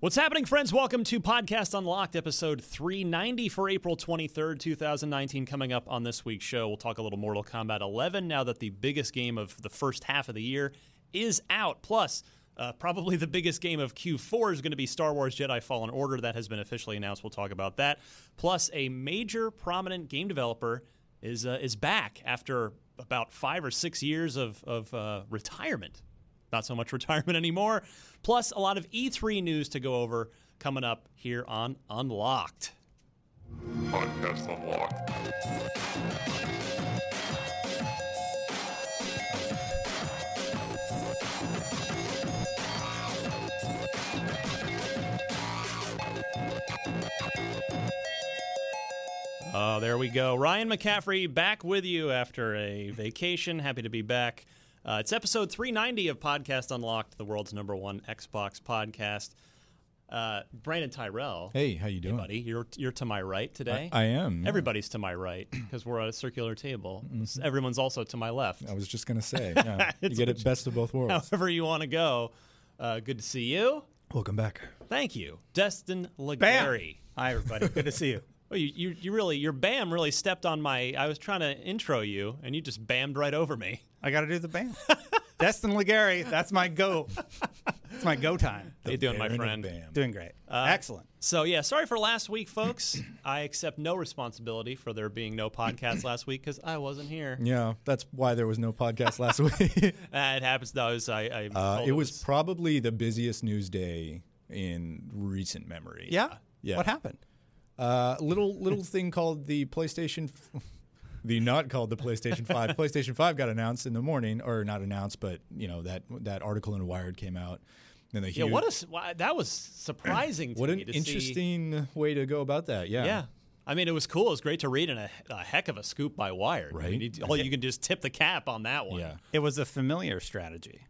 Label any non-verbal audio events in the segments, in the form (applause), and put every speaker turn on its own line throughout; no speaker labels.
What's happening, friends? Welcome to Podcast Unlocked, episode 390 for April 23rd, 2019. Coming up on this week's show, we'll talk a little Mortal Kombat 11 now that the biggest game of the first half of the year is out. Plus, uh, probably the biggest game of Q4 is going to be Star Wars Jedi Fallen Order. That has been officially announced. We'll talk about that. Plus, a major prominent game developer is, uh, is back after about five or six years of, of uh, retirement not so much (laughs) retirement anymore. Plus, a lot of E3 news to go over coming up here on Unlocked.
Podcast Unlocked.
Oh, there we go. Ryan McCaffrey back with you after a vacation. Happy to be back. Uh, it's episode 390 of Podcast Unlocked, the world's number one Xbox podcast. Uh, Brandon Tyrell.
Hey, how you doing?
buddy. You're you're to my right today.
I am. yeah. Mm-hmm.
Everybody's to my right because we're at a circular table. Everyone's also to my left.
I was just
(laughs)
gonna say, yeah, you
It's
get it best of both worlds.
However you want to go. Uh, good to see you.
Welcome back.
Thank you, Destin Legary.
Hi, everybody. Good to see you.
(laughs) Well, you, you you really your bam really stepped on my. I was trying to intro you, and you just bammed right over me.
I got to do the band. (laughs) Destin Legary, that's my go. It's my go time.
How you doing, my
Baron
friend?
of Bam.
Doing great.
Uh,
Excellent.
So yeah, sorry for last week, folks. (coughs) I accept no responsibility for there being no podcast last week because I wasn't here.
Yeah, that's why there was no podcast last (laughs) week.
Uh, it happens though. Is I, I
Uh,
told
it was probably the busiest news day in recent memory.
Yeah?
Yeah.
What happened?
Uh, little little thing called the PlayStation, f- the not called the
(laughs)
PlayStation Five. PlayStation Five got announced in the morning, or not announced, but you know that that article in Wired came out. And the
yeah.
huge,
What is why, that was surprising. To
what an
me to see.
interesting way to go about that. Yeah.
Yeah. I mean, it was cool. It was great to read, and a, a heck of a scoop by Wired.
Right.
I mean, you- all you can just tip the cap on that one.
Yeah.
It was a familiar strategy.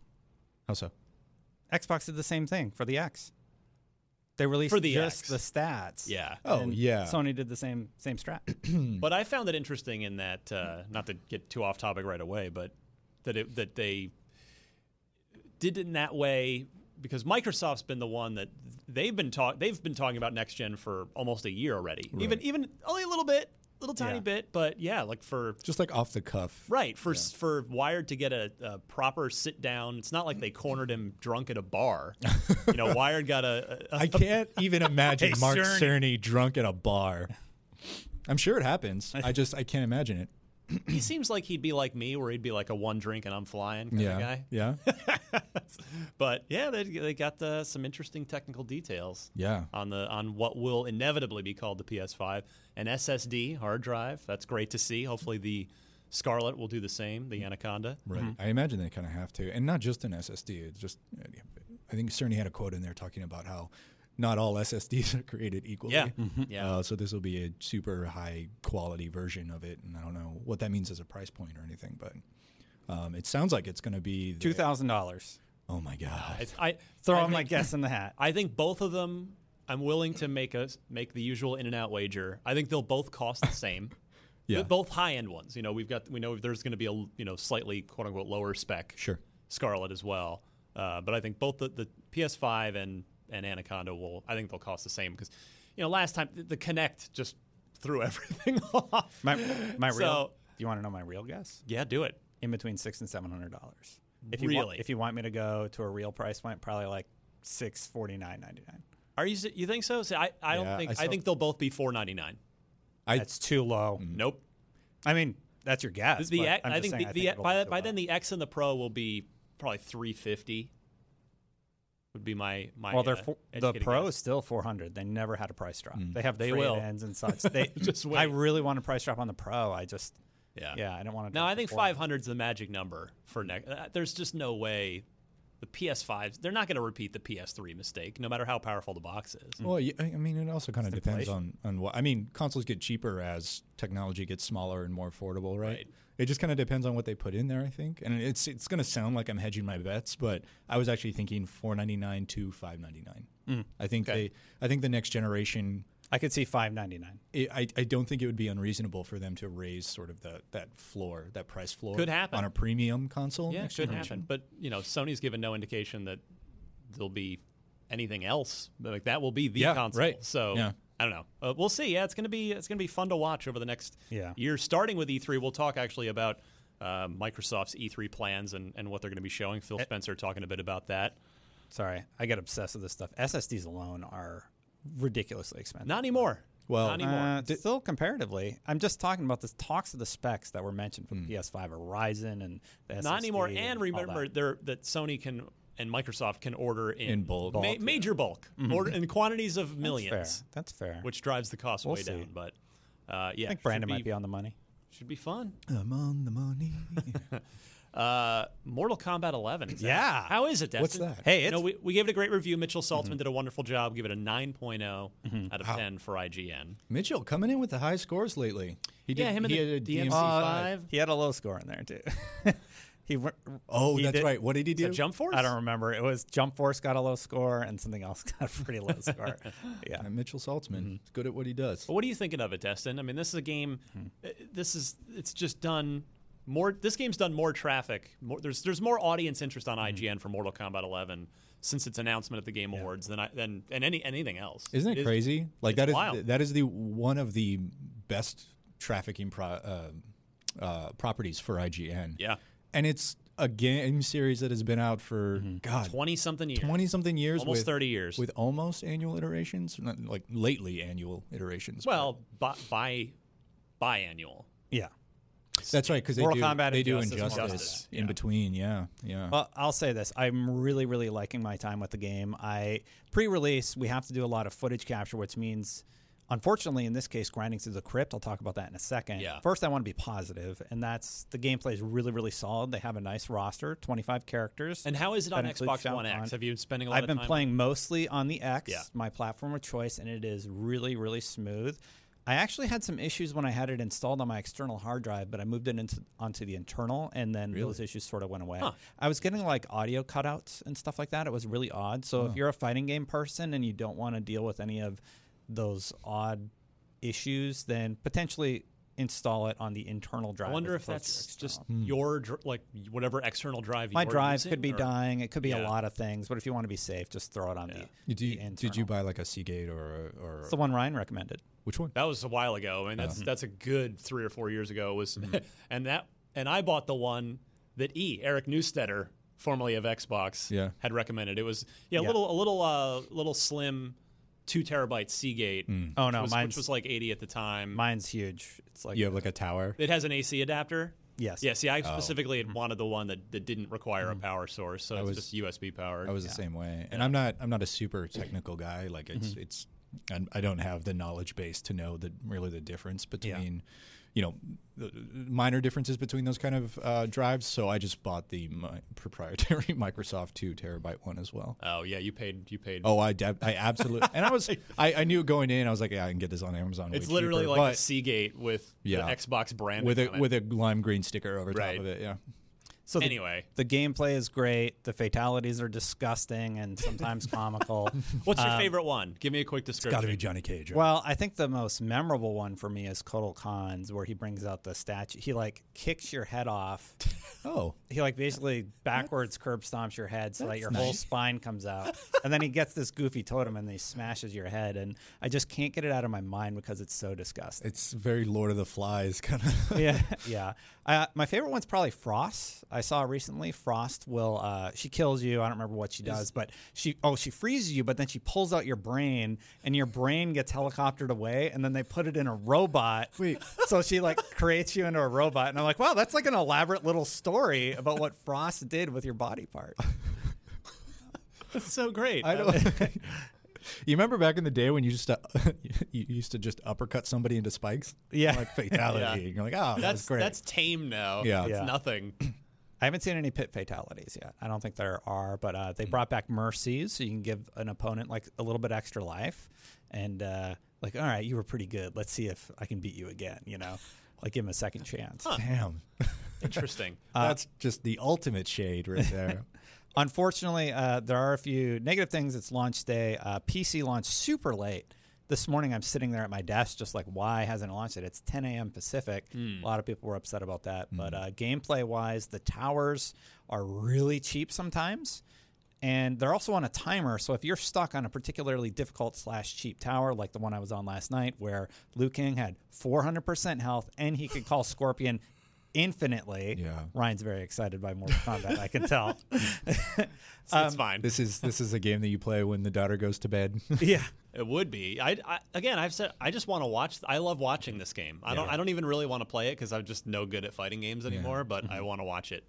How so?
Xbox did the same thing for the X. They released
For the
just
X.
the stats.
Yeah.
Oh
And
yeah.
Sony did the same same strat.
But I found it interesting in that, uh, not to get too off topic right away, but that it, that they did it in that way because Microsoft's been the one that they've been talk they've been talking about next gen for almost a year already, even even only a little bit, little tiny
Yeah.
bit, but yeah, like for
just like off the cuff.
right for s for Wired to get a, a proper sit down. It's not like they cornered him drunk at a bar. you
(laughs)
know, Wired got a, a, a
I can't even imagine
Hey,
Mark
Cerny.
Cerny drunk at a bar. I'm sure it happens. I just I can't imagine it.
he seems like he'd be like me, where he'd be like a one drink and I'm flying kind
Yeah.
of guy.
Yeah.
(laughs) but yeah, they, they got uh some interesting technical details
Yeah.
on the on what will inevitably be called the PS5 an SSD hard drive. That's great to see. Hopefully the Scarlet will do the same. The Anaconda.
Mm. Right. I imagine they kind of have to, and not just an SSD. It's just I think Cerny had a quote in there talking about how not all SSDs are created equally.
Yeah. Yeah.
Uh, so this will be a super high quality version of it, and I don't know what that means as a price point or anything, but um, it sounds like it's going to be the-
Two thousand dollars.
Oh my god!
I, I I
Throwing my
think-
guess in
(laughs)
the hat.
I think both of them. I'm willing to make us make the usual in and out wager. I think they'll both cost the same.
(laughs) Yeah.
They're both high end ones. You know, we've got we know there's going to be a you know slightly quote unquote lower spec
Sure.
Scarlet as well. Uh, but I think both the, the PS5 and, and Anaconda will, I think they'll cost the same because, you know, last time the, the Kinect just threw (laughs) everything off.
My my real.
So-
do you want to know my real guess?
yeah, do it.
In between six and seven hundred dollars. If you want,
Really?
if you want me to go to a real price point, probably like six forty nine ninety nine.
Are you se- you think so? See, I, I
Yeah,
don't think
I
I,
still-
think they'll both be four ninety nine.
That's too low.
Nope.
I mean, Mm. that's your guess.
The
but
X-
I'm
I
just
think
saying,
the, the
it'll
by
be
that-
too
by
low.
then the X and the Pro will be probably three fifty. Would be my my
well, they're
uh,
four, the
educated
pro
guess.
is still four hundred. They never had a price drop. They have
They
trade
will.
ends and such. They,
(laughs) Just
I
wait.
really want a price drop on the pro. I just
Yeah.
yeah, I don't want to.
No, I think 500 is the magic number for next. Uh, there's just no way the PS5s, they're not going to repeat the PS3 mistake, no matter how powerful the box is.
Well, y- I I mean, it also kind of depends on, on what. I mean, consoles get cheaper as technology gets smaller and more affordable, right?
Right.
It just kind of depends on what they put in there, I think. And it's it's going to sound like I'm hedging my bets, but I was actually thinking 4.99 to 5.99.
Hmm.
I think they, I think the next generation.
I could see five ninety nine.
It, I I don't think it would be unreasonable for them to raise sort of the that floor, that price floor,
Could happen.
on a premium console.
yeah, it
next
should
generation.
happen. But, you know, Sony's given no indication that there'll be anything else. Like, that will be the
Yeah,
console.
right.
So.
Yeah.
I don't know. Uh, we'll see. Yeah, it's gonna be it's gonna be fun to watch over the next
Yeah.
year. Starting with E3, we'll talk actually about uh, Microsoft's E3 plans and, and what they're gonna be showing. Phil Spencer talking a bit about that.
Sorry, I get obsessed with this stuff. SSDs alone are ridiculously expensive.
Not anymore.
Well,
not anymore.
Uh, still comparatively. I'm just talking about the talks of the specs that were mentioned from PS5 or Ryzen and the SSD
Hmm. not anymore.
and
And
all
remember,
that.
there that Sony can and Microsoft can order in,
In bulk.
ma-
Bulk, yeah.
major bulk, order in quantities of
fair.
millions,
Mm-hmm. That's fair.
which drives the cost
We'll
way
see.
down. But uh, yeah,
I think Brandon
should be,
might be on the money.
Should be fun.
I'm on
(laughs)
the money.
Uh, Mortal Kombat 11. Is yeah, how is it? Destin?
What's that?
Hey,
no,
it's- Mm-hmm.
we, we gave it a great review. Mitchell Saltzman did a wonderful job. Give it a 9.0 out of 10 for IGN.
Mitchell coming in with the high scores lately. He
yeah, him and
he
the
had a
DMC5.
He had a low score in there too. (laughs) he went,
Oh,
he
that's
did-
right. What did he do?
The Jump Force.
I don't remember. It was Jump Force got a low score and something else (laughs) got a pretty low
(laughs)
score. Yeah.
Uh, Mitchell Saltzman. He's good at what he does.
But what are you thinking of it, Destin? I mean, this is a game.
Hmm.
uh, This is it's just done more. This game's done more traffic. More, there's there's more audience interest
Hmm.
on IGN for Mortal Kombat 11 since its announcement at the Game Awards than I, than and any anything else.
Isn't it,
is-
crazy? Like
it's
that is
wild.
that is the one of the best trafficking pro, uh, uh, properties for IGN.
Yeah,
and it's a game series that has been out for God
Mm-hmm. twenty something years.
twenty something years,
Almost
with-
30 years.
with almost annual iterations, Not, like lately annual iterations.
Well, bi, bi biannual.
Yeah.
that's right because they
Mortal
do
Kombat
they do
Injustice,
injustice,
Mortal
Kombat.
in between. Yeah, yeah.
Well, I'll say this: I'm really, really liking my time with the game. I pre-release, we have to do a lot of footage capture, which means, unfortunately, in this case, grinding through the crypt. I'll talk about that in a second.
Yeah.
First, I want to be positive, and that's the gameplay is really, really solid. They have a nice roster, 25 characters.
And how is it on
That includes
Xbox One
Shao
X?
Kahn.
Have you been spending a lot
I've
of
been
time
playing mostly on the X,
Yeah.
my platform of choice, and it is really, really smooth. I actually had some issues when I had it installed on my external hard drive, but I moved it into onto the internal, and then those issues sort of went away. I was getting like audio cutouts and stuff like that. It was really odd. So if you're a fighting game person and you don't want to deal with any of those odd issues, then potentially install it on the internal drive.
I
as
wonder if
opposed to your
that's
external.
just your dr- like whatever external drive.
my
you're
drive
using,
could be
or-
dying. It could be
Yeah.
a lot of things. But if you want to be safe, just throw it on the.
did you
the
did you
internal.
buy like a Seagate or a, or
It's the one Ryan recommended.
(laughs)
which one?
That was a while ago, and
Uh-huh.
that's that's a good three or four years ago. Was
Mm-hmm.
(laughs) and that and I bought the one that E Eric Newstetter, formerly of Xbox,
Yeah.
had recommended. It was yeah, a
Yeah.
little a little uh, little slim, two terabyte Seagate.
Mm.
Oh,
which
no,
was, which
mine's-
was like eighty at the time.
Mine's huge. It's like
You have like a tower.
it has an AC adapter.
Yes.
Yeah. See,
Oh.
I specifically had wanted the one that, that didn't require a power source, so it's
Mm. was-
just USB powered.
I was the same way, and I'm not. I'm not
(clears throat)
a super technical guy. Like it's,
Mm-hmm.
it's. I'm, I don't have the knowledge base to know the really the difference between, you know, the minor differences between those kind of uh, drives. So I just bought the mi- proprietary (laughs) Microsoft two terabyte one as well.
oh yeah, you paid you paid.
Oh, I dab- I absolutely, and I was,
(laughs)
I, I knew going in, I was like, yeah, I can get this on Amazon.
it's
way
literally
cheaper,
like a
but
Seagate with
Yeah.
the Xbox brand
with a
on it.
with a lime green sticker over
Right.
top of it. Yeah,
So the-
Anyway.
the gameplay is great. The fatalities are disgusting and sometimes comical.
(laughs)
What's your favorite one? Give me a quick description.
Got to be Johnny Cage. Right?
Well, I think the most memorable one for me is Kotal Khan's, where he brings out the statue. He like kicks your head off.
oh,
He like basically backwards curb stomps your head so that your whole spine comes out, and then he gets this goofy totem and he smashes your head. And I just can't get it out of my mind because it's so disgusting.
it's very Lord of the Flies kind (laughs) of.
yeah, yeah. Uh, my favorite one's probably Frost. I saw recently. Frost will uh, she kills you. I don't remember what she does, but she oh she freezes you, but then she pulls out your brain, and your brain gets helicoptered away, and then they put it in a robot.
Wait.
So she like creates you into a robot, and I'm like, wow, that's like an elaborate little story about what Frost did with your body part.
That's so great. Um,
I don't. (laughs) you remember back in the day when you used to (laughs) you used to just uppercut somebody into spikes?
Yeah.
like fatality.
Yeah.
You're like, oh,
that's
(laughs) that's great.
that's tame now.
Yeah.
it's
Yeah.
nothing.
I haven't seen any pit fatalities yet. I don't think there are, but uh, they brought back mercies, so you can give an opponent like a little bit extra life, and uh, like, all right, you were pretty good. Let's see if I can beat you again. You know, like give him a second chance.
damn.
Interesting.
that's just the ultimate shade right there.
Unfortunately, uh, there are a few negative things. It's launch day. Uh, PC launched super late. This morning, I'm sitting there at my desk, just like, why hasn't it launched it? It's 10 a.m. Pacific. A lot of people were upset about that. But uh, gameplay wise, the towers are really cheap sometimes. And they're also on a timer. So if you're stuck on a particularly difficult slash cheap tower, like the one I was on last night, where Liu King had 400% health and he could call Scorpion infinitely.
Yeah.
Ryan's very excited by Mortal Kombat, I can tell.
It's, it's fine.
this is this is a game that you play when the daughter goes to bed.
yeah.
It would be. I, I again, I've said I just want to watch. I love watching this game. I don't. I don't even really want to play it because I'm just no good at fighting games anymore. But I want to watch it.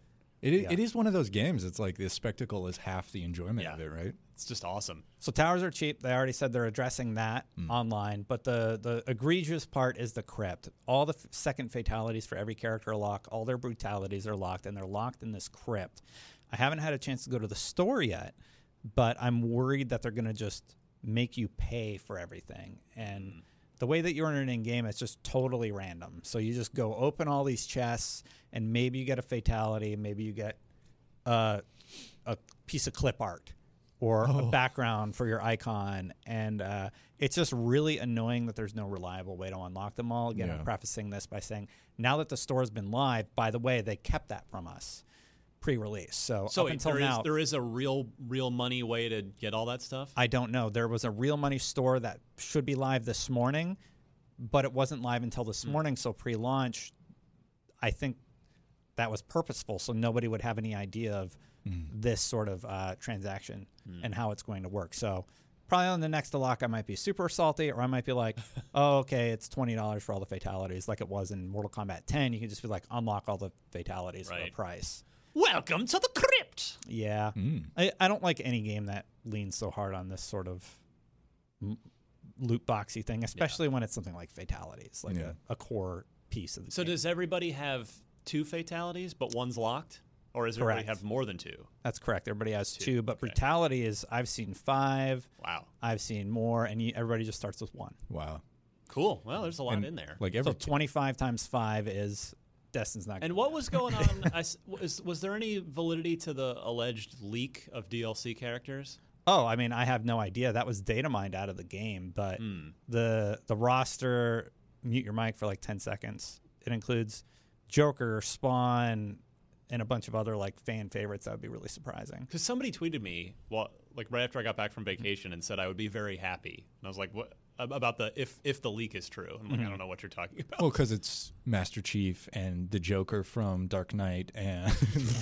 It, i- it is one of those games. It's like the spectacle is half the enjoyment
Yeah.
of it, right?
It's just awesome.
So towers are cheap. They already said they're addressing that online. But the the egregious part is the crypt. All the f- second fatalities for every character are locked. All their brutalities are locked, and they're locked in this crypt. I haven't had a chance to go to the store yet, but I'm worried that they're going to just make you pay for everything. And the way that you earn it in game, it's just totally random. So you just go open all these chests, and maybe you get a fatality, maybe you get a, a piece of clip art or a background for your icon. And uh, it's just really annoying that there's no reliable way to unlock them all. Again,
Yeah.
I'm prefacing this by saying now that the store's been live, by the way, they kept that from us pre release. So,
So
up
wait,
until
there is-
now,
there is a real, real money way to get all that stuff.
I don't know. There was a real money store that should be live this morning, but it wasn't live until this morning. So pre launch, I think that was purposeful. So nobody would have any idea of this sort of uh, transaction and how it's going to work. So probably on the next lock, I might be super salty or I might be like, oh, okay, it's $20 for all the fatalities like it was in Mortal Kombat 10. You can just be like, unlock all the fatalities for a
Right.
price.
Welcome to the crypt.
Yeah.
Hmm.
I, I don't like any game that leans so hard on this sort of m- loot boxy thing, especially when it's something like fatalities, like
Yeah.
a, a core piece of the
So
game.
does everybody have two fatalities, but one's locked, or does everybody
Correct.
have more than two?
That's correct. Everybody has two, but brutality is I've seen five.
Wow.
I've seen more, and you, everybody just starts with one.
Wow.
Cool. Well, there's a lot
And,
in there.
Like
So
every
25 times five is Destin's not
and
gonna
what
win.
was going on?
(laughs)
I s was was there any validity to the alleged leak of DLC characters?
Oh, I mean, I have no idea. That was data mined out of the game, but the the roster mute your mic for like ten seconds. It includes Joker, Spawn, and a bunch of other like fan favorites. That would be really surprising.
Because somebody tweeted me, well, like right after I got back from vacation, and said I would be very happy. And I was like, what ab- about the if if the leak is true? I'm like,
Mm-hmm.
I don't know what you're talking about.
(laughs) well, because it's Master Chief and the Joker from Dark Knight and (laughs)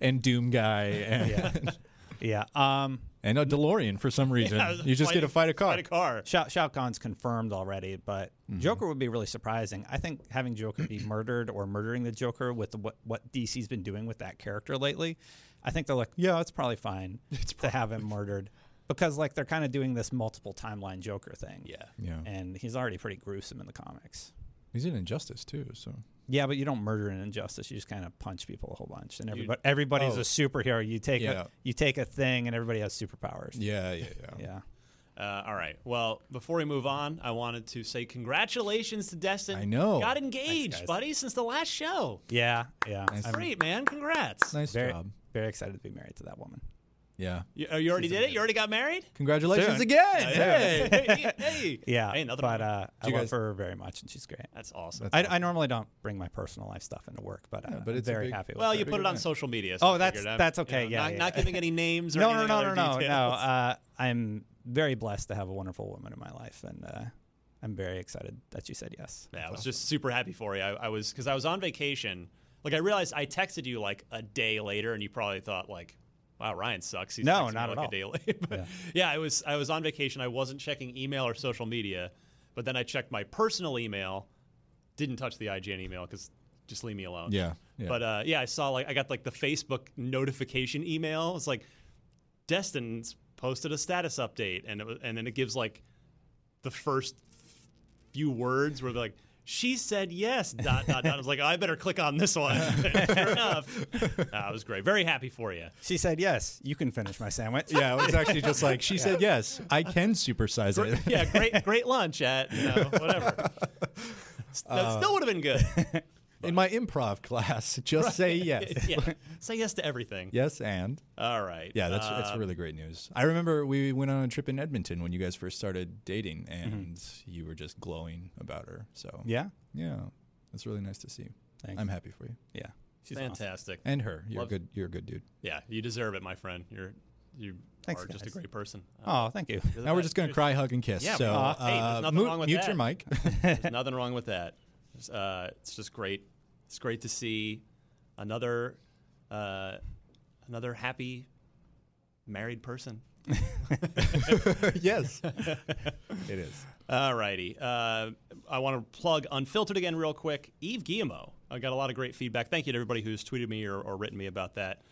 and Doom Guy and, (laughs)
Yeah. Um.
and a DeLorean for some reason. (laughs)
(laughs)
you just get to fight a car.
Fight a car.
Shao, Shao Kahn's confirmed already, but
Mm-hmm.
Joker would be really surprising. I think having Joker
(clears throat)
be murdered or murdering the Joker with the, what what DC's been doing with that character lately, I think they're like, yeah, it's
(laughs)
probably fine to have him murdered because like they're kind of doing this multiple timeline Joker thing.
Yeah.
Yeah,
and he's already pretty gruesome in the comics.
he's in Injustice too. So
Yeah, but you don't murder an injustice. You just kind of punch people a whole bunch, and everybody everybody's
Oh.
a superhero. You take
Yeah.
a, you take a thing, and everybody has superpowers.
yeah, yeah, yeah.
Yeah.
Uh, all right. Well, before we move on, I wanted to say congratulations to Destin.
I know.
Got
Thanks,
engaged,
guys.
buddy, since the last show.
Yeah, yeah. I'm
Great, man. Congrats.
Nice
very,
job.
very excited to be married to that woman.
Yeah.
You, oh, you already did it? You already got married?
Congratulations
Soon.
again. (laughs)
Hey, hey, hey.
Yeah,
Hey, another
but
one.
uh, I
you
love
guys-
her very much, and she's great.
That's awesome.
I, I normally don't bring my personal life stuff into work, but, uh,
but
I'm
it's a
very
big-
happy. With
well,
it.
you put it on social media. so
Oh,
I
that's-
figured I'm,
that's
you
okay.
know,
Yeah,
not,
yeah,
not
yeah.
giving any
(laughs)
names or
no, no,
any
no, no,
other
no, no.
details.
Uh, I'm very blessed to have a wonderful woman in my life, and uh, I'm very excited that you said yes.
(laughs) Yeah, I was
So-
just super happy for you. I, I was because I was on vacation. Like I realized I texted you like a day later, and you probably thought like, "Wow, Ryan sucks." He's
No,
texting me,
not at
like
all.
a day (laughs) late. But yeah. I was I was on vacation. I wasn't checking email or social media, but then I checked my personal email. Didn't touch the IGN email because just leave me alone.
Yeah, yeah.
But uh, yeah, I saw like I got like the Facebook notification email. It's like Destin's posted a status update, and it was, and then it gives like the first few words where they're like, she said yes. Dot dot dot. I was like, I better click on this one. (laughs) sure enough, that was great. Very happy for you.
she said yes. You can finish my sandwich.
(laughs) Yeah, it was actually just like she said yes. I can supersize it. (laughs)
Yeah, great great lunch at you know whatever. S- That
Uh,
still would have been
(laughs)
good. (laughs)
In my improv class, (laughs) just say (laughs) yes.
yeah, say yes to everything.
Yes and.
All right.
Yeah, that's
Uh,
that's really great news. I remember we went on a trip in Edmonton when you guys first started dating and you were just glowing about her. So
yeah,
Yeah. That's really nice to see.
Thanks.
I'm happy for you.
yeah. She's awesome.
fantastic.
And her. You're
Love-
a good you're a good dude.
Yeah, you deserve it, my friend. You're you
Thanks,
are just a
guys.
great person.
Oh, thank you.
You're the
Now we're
best.
just gonna cry, hug, and kiss.
Yeah,
so
well, hey, there's
uh,
nothing
mute-
wrong with
mute
that. (laughs)
your mic. (laughs)
There's nothing wrong with that. It's, uh, it's just great. It's great to see another uh, another happy married person.
yes, it is.
All righty. Uh, I want to plug Unfiltered again, real quick. Eve Guillemot. I got a lot of great feedback. Thank you to everybody who's tweeted me or, or written me about that.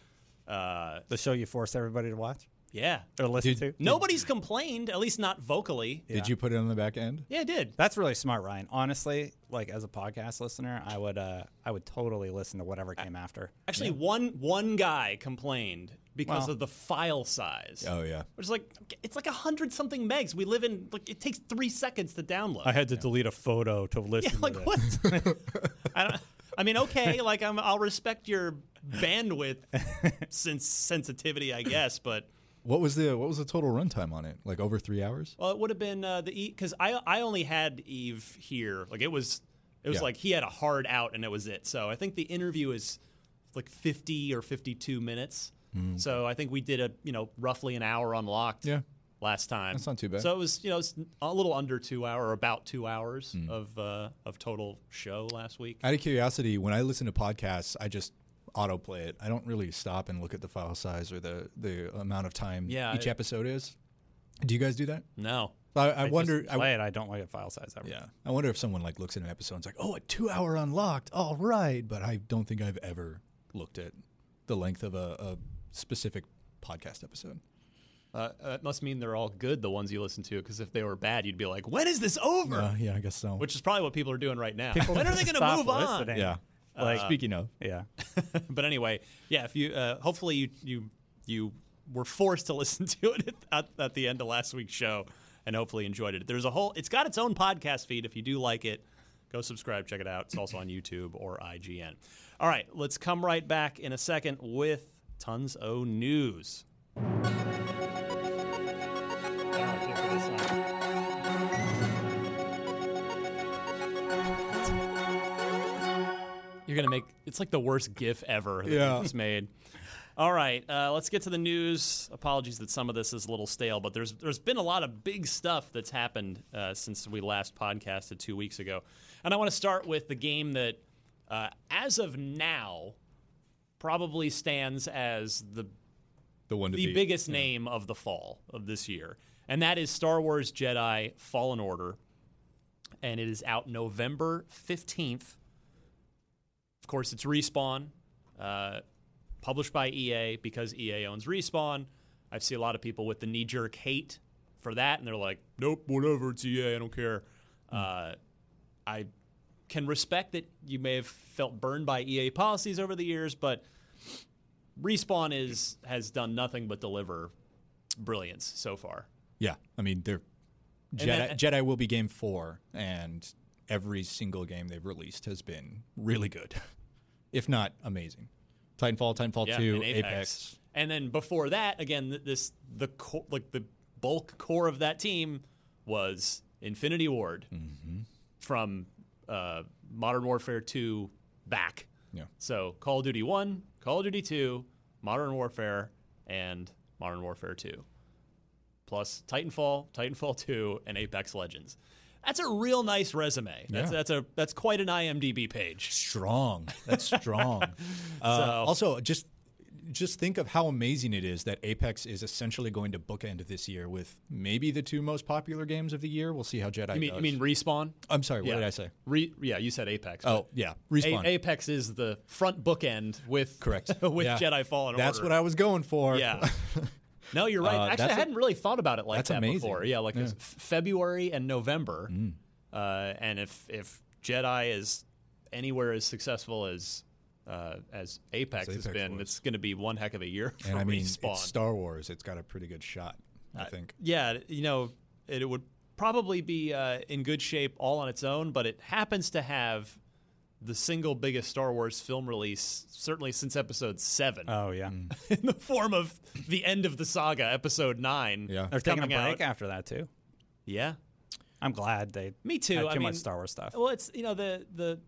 Uh,
the show you force everybody to watch
yeah.
or listen
Dude,
to.
Nobody's complained, at least not vocally.
Did you put it on the back end?
Yeah, I did.
That's really smart, Ryan. Honestly, like as a podcast listener, I would uh, I would totally listen to whatever came after.
Actually, one one guy complained because
Well.
of the file size.
Oh yeah.
Which is like it's like a hundred something megs. We live in like it takes three seconds to download.
had to delete a photo (laughs) to
(laughs) yeah,
listen.
like what? (laughs) I don't. I mean, okay, like I'm, I'll respect your bandwidth
(laughs)
since sensitivity, I guess, but
What was the what was the total runtime on it? Like over three hours?
well, it would have been uh, the because I I only had Eve here, like it was it was
Yeah.
like he had a hard out and it was it. So I think the interview is like 50 or 52 minutes. So I think we did a you know roughly an hour unlocked.
Mm. Yeah.
last time.
That's not too bad.
So it was, you know, it's a little under two hour, or about two hours
Mm.
of uh, of total show last week.
Out of curiosity, when I listen to podcasts, I just autoplay it. I don't really stop and look at the file size or the the amount of time
Yeah,
each
I-
episode is. Do you guys do that?
no,
I, I, wonder. I,
Play it. I don't like a file size ever. (laughs)
yeah, I wonder if someone like looks at an episode and's like, "Oh, a two-hour unlocked, all right." But I don't think I've ever looked at the length of a, a specific podcast episode.
uh, that must mean they're all good, the ones you listen to, because if they were bad, you'd be like, when is this over?
Uh, yeah, I guess so.
Which is probably what people are doing right now. (laughs) When are they going to
Stop
move on?
listening.
yeah,
uh,
Like
speaking of,
yeah.
(laughs) but anyway, yeah. If you, uh, hopefully, you you you were forced to (laughs) listen to it at, at the end of last week's show, and hopefully enjoyed it. There's a whole. It's got its own podcast feed. If you do like it, go subscribe, check it out. It's also on YouTube or IGN. All right, let's come right back in a second with tons of news. You're gonna make it's like the worst GIF ever that
Yeah.
was made. All right, uh, let's get to the news. Apologies that some of this is a little stale, but there's there's been a lot of big stuff that's happened uh, since we last podcasted two weeks ago, and I want to start with the game that, uh, as of now, probably stands as the
the one to
the
beat.
biggest name of the fall of this year, and that is Star Wars Jedi Fallen Order, and it is out November fifteenth. Of course, it's Respawn, uh, published by EA because EA owns Respawn. I see a lot of people with the knee jerk hate for that, and they're like, "Nope, whatever, it's EA, I don't care."
Hmm.
Uh, I can respect that you may have felt burned by EA policies over the years, but Respawn is has done nothing but deliver brilliance so far.
Yeah, I mean they're Jedi.
then- uh,
Jedi will be game four, and every single game they've released has been really good, (laughs) if not amazing. Titanfall, Titanfall
Yeah,
two,
and
Apex.
And then before that, again, th- this the co- like the bulk core of that team was Infinity Ward
Mm-hmm.
from uh, Modern Warfare two back.
Yeah.
So Call of Duty one, Call of Duty two, Modern Warfare, and Modern Warfare two, plus Titanfall, Titanfall two, and Apex Legends. That's a real nice resume. That's,
Yeah.
that's a that's quite an IMDb page.
strong.
(laughs)
That's strong. uh, Also, just just think of how amazing it is that Apex is essentially going to bookend this year with maybe the two most popular games of the year. We'll see how Jedi
You mean,
does.
you mean respawn?
I'm sorry. What did I say?
Re- yeah, you said Apex.
Oh yeah, respawn.
A- Apex is the front bookend with
Correct.
(laughs) with
Yeah.
Jedi Fallen
That's
Order.
what I was going for.
Yeah. No, you're right.
Uh,
Actually,
that's
I
a-
hadn't really thought about it like
that's
that
amazing. Mm.
before. Yeah, like it's f- February and November. Uh, and if if Jedi is anywhere as successful as uh, as Apex,
As
has
Apex
been,
was.
it's going to be one heck of a year (laughs) for
(laughs) and I mean,
Respawn.
it's Star Wars. It's got a pretty good shot. I think.
yeah, you know, it, it would probably be uh, in good shape all on its own, but it happens to have the single biggest Star Wars film release, certainly since Episode Seven,
Oh yeah,
(laughs) in the form of the end of the saga, Episode Nine.
Yeah.
they're taking a
Coming
break
out.
after that too.
Yeah,
I'm glad they.
Me too,
Had too
I mean-
much Star Wars stuff.
Well, it's you know the the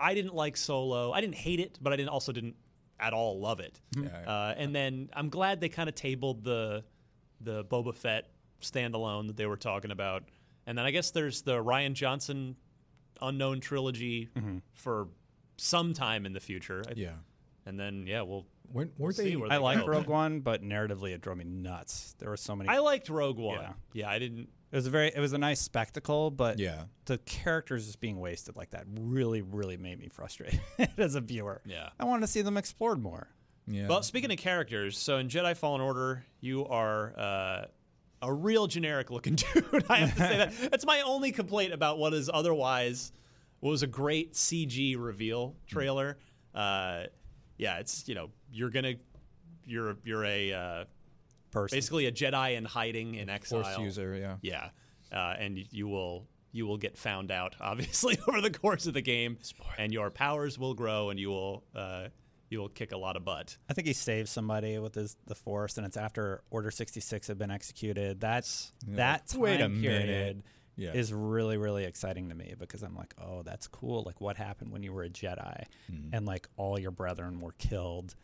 I didn't like Solo. I didn't hate it, but I didn't also didn't at all love it. Uh, and then I'm glad they kind of tabled the the Boba Fett standalone that they were talking about. And then I guess there's the Ryan Johnson unknown trilogy
Mm-hmm.
for some time in the future. I-
Yeah.
And then yeah, well,
When were
see
they?
where
I
they
like
go.
Rogue One, but narratively it drove me nuts. There were so many.
I liked Rogue One.
Yeah.
yeah I didn't.
it was a very. It was a nice spectacle, but
Yeah.
the characters just being wasted like that really, really made me frustrated (laughs) as a viewer.
Yeah.
I wanted to see them explored more.
Yeah.
Well, speaking of characters, so in Jedi Fallen Order, you are uh, a real generic looking (laughs) dude. I have to say that. That's my only complaint about what is otherwise what was a great CG reveal trailer.
Mm-hmm.
Uh, yeah, it's you know you're gonna you're you're a uh,
Person,
basically a Jedi in hiding in exile.
Force user. Yeah.
Yeah, uh, and y- you will you will get found out (laughs) obviously over the course of the game, and your powers will grow, and you will uh, you will kick a lot of butt.
I think he saved somebody with his the Force, and it's after Order sixty six had been executed. That's that time
Wait a minute.
period
Yeah.
is really really exciting to me because I'm like, oh, that's cool. Like what happened when you were a Jedi,
Mm-hmm.
and like all your brethren were killed.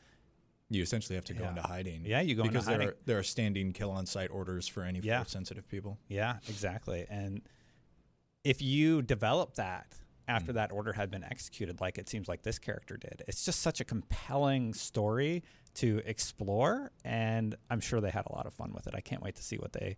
You essentially have to go into hiding.
Yeah, you go into
because there
hiding.
are there are standing kill on site orders for any
Yeah.
force sensitive people.
Yeah, exactly. And if you develop that after
Mm.
that order had been executed, like it seems like this character did, it's just such a compelling story to explore. And I'm sure they had a lot of fun with it. I can't wait to see what they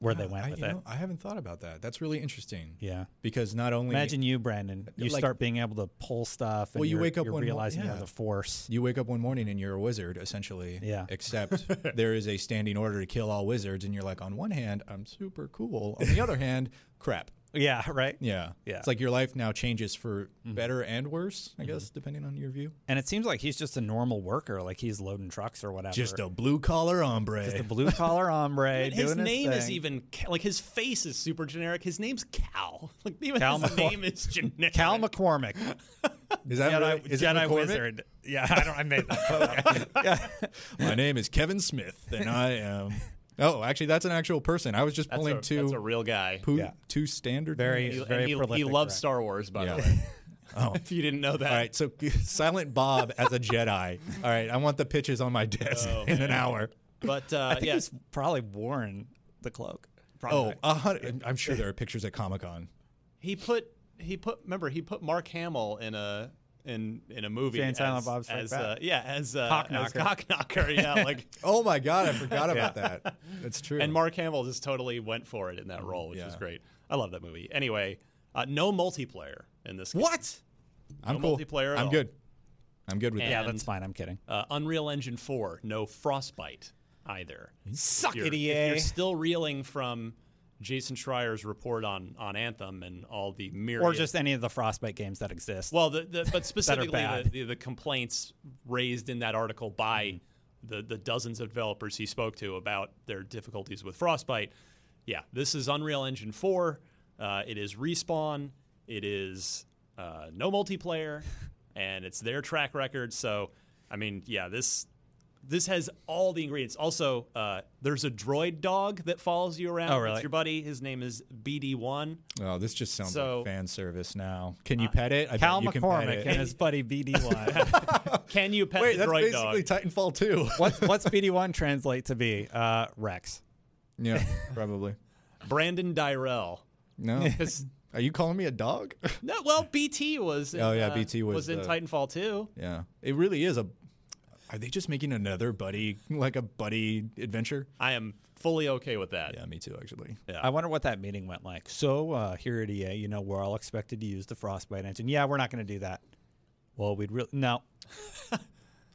where they
Yeah,
went
I,
with
you
it.
know, I haven't thought about that. That's really interesting.
yeah.
Because not only
Imagine you, Brandon. You
Like-
start being able to pull stuff. And
Well, you
you're-
wake up
you're
one mo-
realizing you
yeah.
have the force.
you wake up one morning and you're a wizard essentially
Yeah.
except there is a standing order to kill all wizards and you're like on one hand i'm super cool on the other hand crap
Yeah. Right.
yeah
Yeah.
it's like your life now changes for better and worse i guess depending on your view
And it seems like he's just a normal worker. Like he's loading trucks or whatever.
just a blue collar hombre
Just a
(laughs)
blue collar hombre.
And his
doing
name is
thing.
even Ca- like his face is super generic. His name's Cal. (laughs) Like even
Cal
his
McCor-
name is generic.
Cal McCormick.
(laughs) is that
Jedi,
right? Is it
Jedi
McCormick?
(laughs) Wizard. Yeah, I don't. I made that. up. (laughs)
my name is kevin smith and i am oh actually that's an actual person i was just
That's
pulling
a,
two
that's a real guy.
poo-
Yeah.
two standard
Very-
He-
names.
and
very
he, he
prolific Oh.
loves
director.
Star Wars, by
Yeah.
the
(laughs)
way. (laughs) if you didn't know that,
All right, so (laughs) Silent Bob as a Jedi. All right, I want the pitches on my desk in an hour.
but uh,
(laughs) I think
yeah,
he's probably worn the cloak.
Oh, a hundred, I'm sure there are pictures at Comic Con.
he put he put remember he put Mark Hamill in a in in a movie
Jay and
as,
Silent Bob Strike
as
Back.
uh, yeah as uh, as
Cockknocker.
Cockknocker,
(laughs)
yeah like
Oh my God, I forgot about that. That's true.
and Mark Hamill just totally went for it in
Mm,
that role, which is
Yeah.
great. I love that movie. Anyway, uh, no multiplayer in this. Game.
What?
I'm
no
cool.
multiplayer at
I'm
all.
good. I'm good with
And-
Yeah, that's fine. I'm kidding.
Uh, Unreal Engine 4, no Frostbite either. Suck
it, E EA.
You're still reeling from Jason Schreier's report on, on Anthem and all the myriad.
Or just any of the Frostbite games (laughs) that exist.
well, the, the, but specifically the,
bad.
the, the complaints raised in that article
Mm-hmm.
by the, the dozens of developers he spoke to about their difficulties with Frostbite. yeah, this is Unreal Engine 4. Uh, it is Respawn. It is uh, no
(laughs)
multiplayer, and it's their track record. So, I mean, yeah, this this has all the ingredients. Also, uh, there's a droid dog that follows you around.
Oh,
It's
really?
your buddy. His name is BD1.
Oh, this just sounds
So- uh,
like fan service now. Can you pet it? I
Cal
bet you Can
McCormick
pet
and
it.
his buddy (laughs) BD1.
Can you pet
(laughs) Wait,
the
that's
droid dog?
basically Titanfall 2.
what's, what's BD1 translate to be? Uh, Rex.
(laughs) yeah, probably.
Brandon Dyrell.
No.
(laughs) 'Cause-
Are you calling me a dog? (laughs)
No, well, BT was. In,
Oh, yeah,
uh,
BT was
in
the-
Titanfall 2.
yeah. It really is a Are they just making another buddy like a buddy adventure?
I am fully okay with that.
Yeah, me too actually.
Yeah.
I wonder what that meeting went like. So uh, here at EA, you know, we're all expected to use the Frostbite engine. Yeah, we're not going to do that. Well, we'd really no.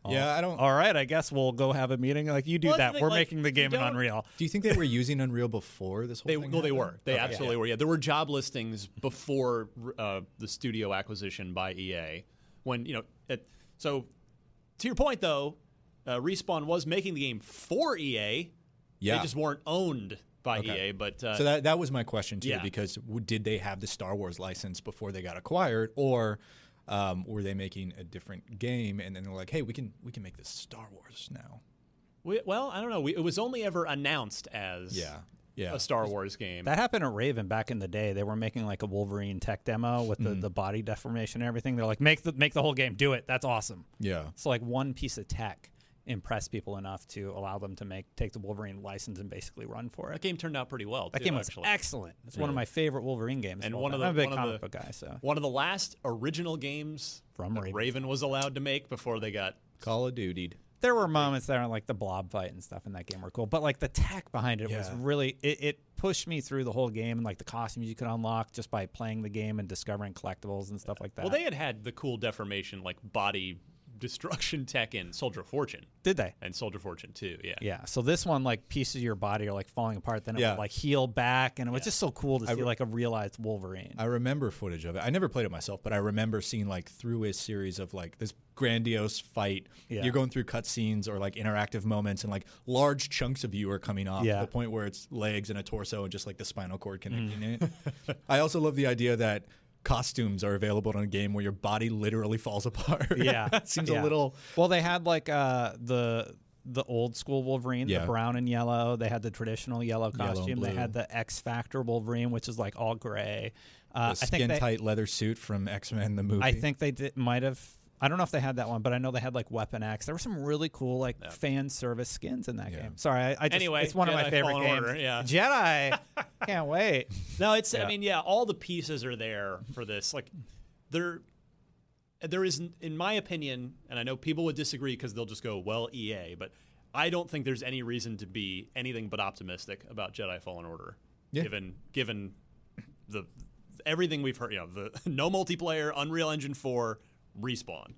Yeah, I don't
All right, I guess we'll go have a meeting. Like you do
Well, that's
that.
the thing,
We're
like,
making the
you
game in
don't-
Unreal.
Do you think they were using Unreal before this whole
They,
thing?
well, they
happened?
were. They absolutely were. Yeah, there were job listings before uh, the studio acquisition by EA. When you know, it, so to your point though, uh, Respawn was making the game for EA.
Yeah.
They just weren't owned by EA. But uh,
So that that was my question too,
Yeah.
because w- did they have the Star Wars license before they got acquired, or um, were they making a different game and then they're like, hey, we can we can make this Star Wars now?
we, well, I don't know. We, it was only ever announced as
yeah.
a Star Wars game.
That happened at Raven back in the day. They were making like a Wolverine tech demo with
Hmm.
the, the body deformation and everything. They're like, make the make the whole game, do it. That's awesome.
yeah.
So like one piece of tech impressed people enough to allow them to make take the Wolverine license and basically run for it.
that game turned out pretty well.
That
too,
game was
actually.
excellent. It's one of my favorite Wolverine games.
and
all
one of
time.
the
I'm a big
one
comic
of the,
book guy, so
one of the last original games
From
that
Raven.
was allowed to make before they got
Call of Duty.
there were moments there, like the blob fight and stuff in that game, were cool. But like the tech behind it was
Yeah.
really it, it pushed me through the whole game and like the costumes you could unlock just by playing the game and discovering collectibles and stuff like that.
Well, they had had the cool deformation, like body destruction tech in Soldier of Fortune
did they.
and Soldier of Fortune too. Yeah.
Yeah. So this one, like pieces of your body are like falling apart. Then it
Yeah.
would like heal back, and it was just so cool to see like a realized Wolverine.
I remember footage of it. I never played it myself, but I remember seeing like through a series of like this grandiose fight.
Yeah.
You're going through cutscenes or like interactive moments, and like large chunks of you are coming off
Yeah. Mm.
to the point where it's legs and a torso and just like the spinal cord connecting
(laughs)
it. I also love the idea that costumes are available in a game where your body literally falls apart. (laughs)
yeah.
it seems a
Yeah.
little.
Well, they had like uh, the the old school Wolverine, the
Yeah.
brown and yellow. They had the traditional yellow
and
costume. they
blue.
had the X Factor Wolverine, which is like all gray.
A
Uh, I think
skin
they,
tight leather suit from X Men the movie.
I think they did, might have. I don't know if they had that one, but I know they had like Weapon X. There were some really cool like fan service skins in that game. Sorry, I, I just,
Anyway,
it's one of my
Jedi
favorite
Fallen
games.
Order, yeah.
Jedi, (laughs) can't wait.
No, it's. I mean, yeah, all the pieces are there for this. Like, there, there is, in my opinion, and I know people would disagree because they'll just go, "Well, EA," but I don't think there's any reason to be anything but optimistic about Jedi Fallen Order,
Yeah.
given given the everything we've heard. You know, the (laughs) no multiplayer, Unreal Engine four, respawn.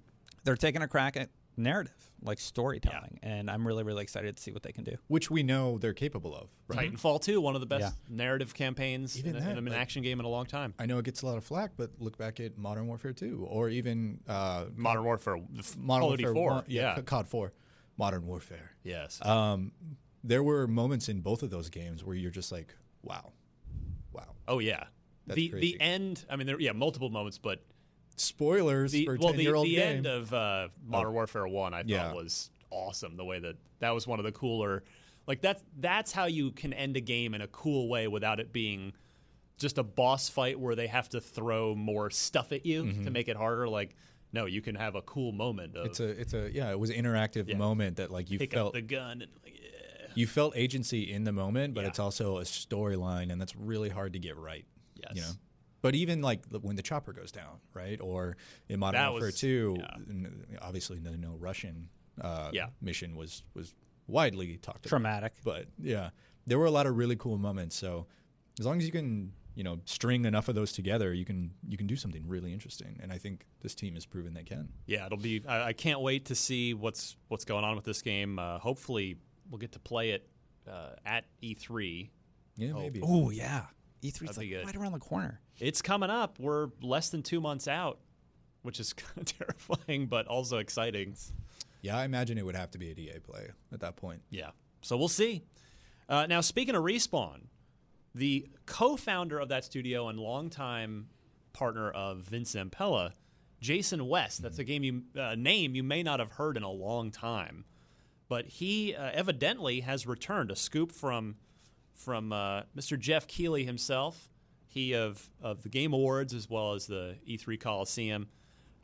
they're taking a crack at narrative, like storytelling, and I'm really, really excited to see what they can do.
which we know they're capable of. Right?
Titanfall 2, one of the best
Yeah.
narrative campaigns in,
Mm-hmm. Even
a-
that,
in an
like-
action game in a long time.
I know it gets a lot of flack, but look back at Modern Warfare 2 or even uh,
Modern Warfare,
Modern
Call of
Warfare
Duty 4.
one-
yeah.
C- COD 4, Modern Warfare.
Yes.
There were moments in both of those games where you're just like, wow, wow.
oh, yeah.
That's
The,
crazy.
the end, I mean, there, yeah, multiple moments, but
Spoilers
the,
for
well, the,
10 year old
the
game.
end of uh, Modern Warfare 1, I thought
Yeah.
was awesome. The way that that was one of the cooler, like, that's, that's how you can end a game in a cool way without it being just a boss fight where they have to throw more stuff at you to make it harder. Like, no, you can have a cool moment of
Mm-hmm. it's a, it's a, yeah, it was an interactive moment that like you
pick
felt,
up the gun and, like, yeah.
you felt agency in the moment, but it's also a storyline, and that's really hard to get right. You
Yes.
know? But even like the- when the chopper goes down, right? Or in Modern
That
Warfare
was-
2,
yeah.
n- obviously the no Russian uh,
Yeah.
mission was was widely talked about.
Traumatic.
But yeah, there were a lot of really cool moments. So as long as you can, you know, string enough of those together, you can you can do something really interesting. And I think this team has proven they can.
Yeah, it'll be. I, I can't wait to see what's what's going on with this game. Uh, hopefully, we'll get to play it uh, at E3.
Yeah, maybe.
Oh yeah, E3 is
That'd
like
be good.
right around the corner.
It's coming up. We're less than two months out, which is (laughs) kind of terrifying, but also exciting.
Yeah, I imagine it would have to be a DA play at that point.
Yeah. So we'll see. Uh, now, speaking of respawn, The co-founder of that studio and longtime partner of Vince Zampella, Jason West. That's a game you uh, name you may not have heard in a long time, but he uh, evidently has returned. A scoop from from uh, Mr. Jeff Keeley himself. He of of the Game Awards as well as the E3 Coliseum.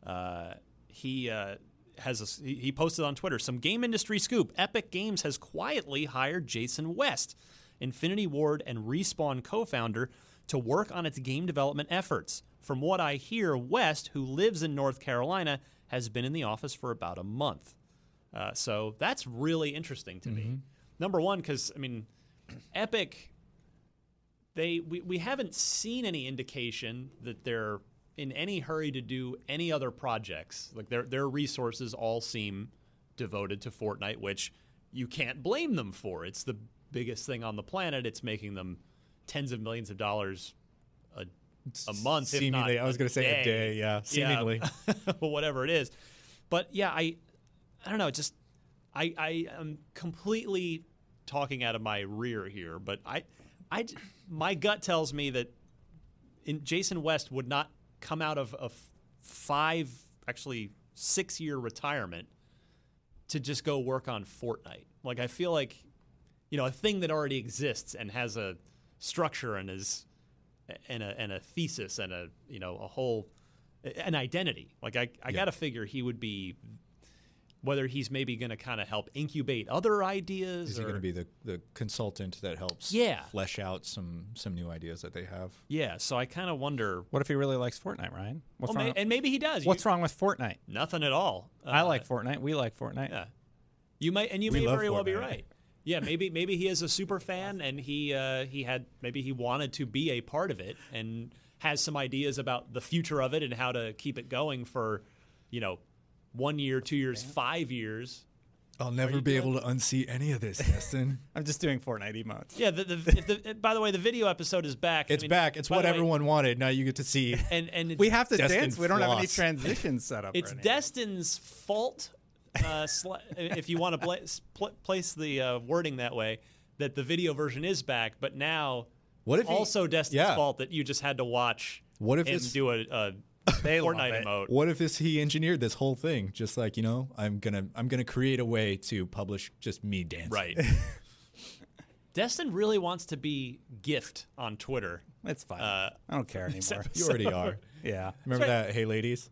Uh, he uh, has a s he he posted on Twitter some game industry scoop. Epic Games has quietly hired Jason West, Infinity Ward and Respawn co-founder, to work on its game development efforts. From what I hear, West, who lives in North Carolina, has been in the office for about a month. Uh, so that's really interesting to
Mm-hmm.
me. Number one, because I mean, Epic they we, we haven't seen any indication that they're in any hurry to do any other projects. Like their their resources all seem devoted to Fortnite, which you can't blame them for. It's the biggest thing on the planet. It's making them tens of millions of dollars a, a month. if not
Seemingly, I was going to say a day. Yeah, seemingly.
(laughs) well, whatever it is. But yeah, I, I don't know. it Just I, I am completely talking out of my rear here, but I, I, j- my gut tells me that in Jason West would not come out of a f- five, actually six year retirement to just go work on Fortnite. Like I feel like, you know, a thing that already exists and has a structure and is and a and a thesis and a you know a whole an identity. Like I I gotta figure he would be whether he's maybe gonna kind of help incubate other ideas.
Is he going
or-
to be the, the consultant that helps
Yeah.
flesh out some some new ideas that they have?
Yeah, so I kind of wonder.
What if he really likes Fortnite, Ryan? What's
Well, may,
wrong?
and maybe he does.
what's
You-
wrong with Fortnite?
Nothing at all.
I
Uh,
like Fortnite. We like Fortnite.
Yeah. You might, and you
We
may
love
very well be
Fortnite.
right. Yeah, maybe maybe he is a
(laughs)
super fan, and he uh, he had maybe he wanted to be a part of it, and has some ideas about the future of it and how to keep it going for, you know, one year, two years, five years.
I'll never be able to unsee any of this, Destin.
I'm just doing Fortnite emotes.
Yeah. The, the, if the, by the way, the video episode is back. I
(laughs) it's
mean,
back. It's
by
what
the way-
everyone wanted. Now you get to see.
And and
We have to
Destin
dance. We don't have any
Floss.
transitions set
(laughs)
up.
It's
right now.
Destin's fault, uh, sla- if you want to pla- pl- place the uh, wording that way, that the video version is back, but now
What if he-
also Destin's
yeah.
fault that you just had to watch
What if
him
it's-
do a,
(laughs)
a
love
Fortnite
it.
emote.
What if this he engineered this whole thing? Just like you know, I'm gonna I'm gonna create a way to publish just me dancing.
Right.
(laughs)
Destin really wants to be gift on Twitter.
It's fine.
uh,
I
(laughs)
don't care anymore.
You already are.
yeah.
Remember that? Hey, ladies.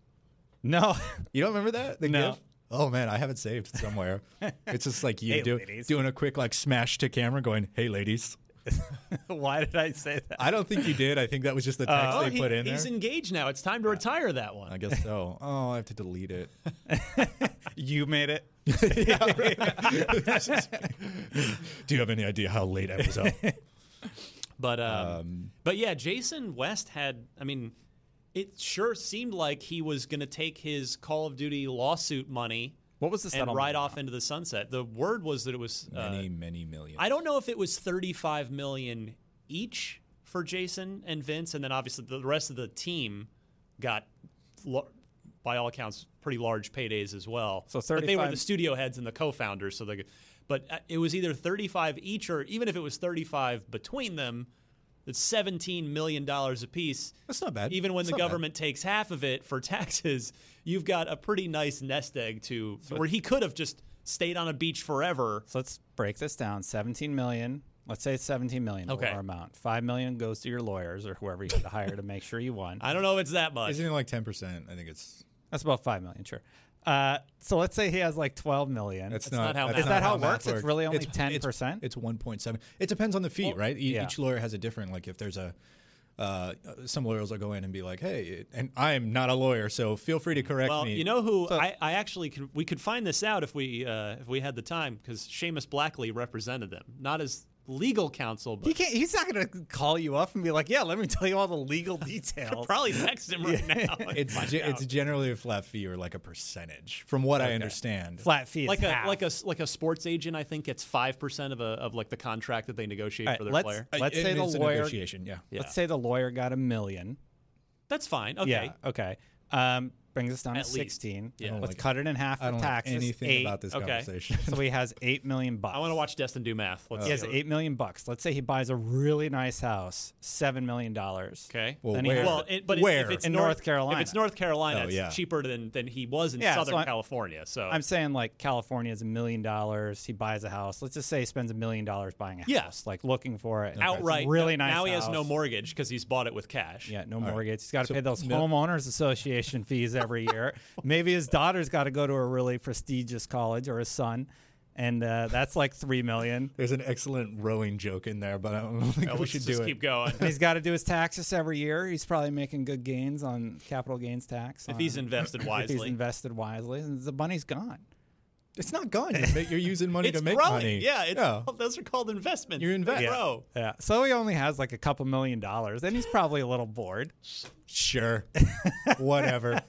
No. (laughs)
You don't remember that? The
No.
GIF? Oh man, I have it saved somewhere. it's just
(laughs)
like you
Hey,
do,
ladies.
doing a quick like smash to camera, going, "Hey, ladies."
Why did I say that?
I don't think you did. I think that was just the text
Oh,
they
he-
put in there.
he's engaged now. It's time to retire that one.
I guess so. Oh, I have to delete
(laughs)
it. (laughs)
You made it.
(laughs) Do you have any idea how late I
(laughs)
was up?
Uh, But um, but yeah, Jason West had. I mean, it sure seemed like he was going to take his Call of Duty lawsuit money
What was the
and
settlement
ride
amount?
off into the sunset. The word was that it was. Uh,
many, many million.
I don't know if it was thirty-five million each for Jason and Vince, and then obviously the rest of the team got, lo- by all accounts, pretty large paydays as well.
So
but they were
35
the studio heads and the co-founders, so they. Could, but uh, it was either thirty-five each, or even if it was thirty-five between them, it's seventeen million dollars apiece.
That's not bad.
Even when
That's
the
not bad.
government takes half of it for (laughs) taxes, you've got a pretty nice nest egg to where he could have just stayed on a beach forever.
So let's break this down. 17 million. Let's say it's 17 million
Okay.
dollar amount. 5 million goes to your lawyers or whoever you had to hire to make sure
(laughs)
you won.
I don't know if it's that much.
Isn't it like ten percent? I think it's.
That's about 5 million, sure. Uh, so let's say he has like 12 million.
That's,
not how
that's
math- Is
that how it
math
works? It's really only 10%?
It's one point seven. It depends on the fee, right? E-
yeah.
Each lawyer has a different. Like if there's a, uh, some lawyers will go in and be like, "Hey," it- and I'm not a lawyer, so feel free to correct
Well,
me.
you know who I, I actually could, we could find this out if we uh, if we had the time because Seamus Blackley represented them, not as legal counsel,
he
but
can't, he's not going to call you up and be like, yeah, let me tell you all the legal (laughs) details.
probably text him right now.
(laughs)
and
it's
find
ge-
out.
it's generally a flat fee or like a percentage, from what I understand.
Flat fee. is
like a
half.
like a like a sports agent, I think gets five percent of a of like the contract that they negotiate
All right,
for their
let's-
player.
I-
Let's say
and
the
it's a
lawyer-
negotiation. Yeah.
Yeah.
Let's say the lawyer got a million.
That's fine. Okay.
Yeah. Okay. Um, brings us down
At
to
least.
16.
Yeah. I don't
Let's
like
cut it in half
I
for
don't know
taxes.
anything
eight.
about this
Okay.
conversation. (laughs)
So he has 8 million bucks.
I want to watch Destin do math. Let's
He
see
has
how-
8 million bucks. Let's say he buys a really nice house, 7 million dollars.
Okay.
Well,
Then he has-
where?
Well, it, but it-
Where?
if it's
In North Carolina.
if it's North Carolina,
Oh,
it's
yeah.
cheaper than than he was in
Yeah, so
Southern
I'm-
California. So
I'm saying like California is a million dollars. He buys a house. Let's just say he spends a million dollars buying a
Yeah.
house, like looking for it.
outright
really nice.
Now he has no
house.
mortgage because he's bought it with cash.
Yeah, no mortgage. He's got to
So
pay those
no-
homeowners association (laughs) fees every year. Maybe his daughter's got to go to a really prestigious college, or his son, and uh, that's like three million.
There's an excellent rowing joke in there, but I don't (laughs) think
Uh,
we
let's
should
just
do
keep
it.
(laughs)
going.
And he's got to do his taxes every year. He's probably making good gains on capital gains tax.
if he's
(laughs)
on-
invested
if he's
wisely,
invested wisely, and the money's gone.
It's
(laughs)
not gone. You're, ma- you're using money
it's
to make
growing.
money.
Yeah, it's,
yeah.
those are called investments.
You
They
invest. Yeah.
grow.
Yeah. So he only has like a couple million dollars, and he's probably a
(laughs)
little bored.
(laughs) Sure. Whatever.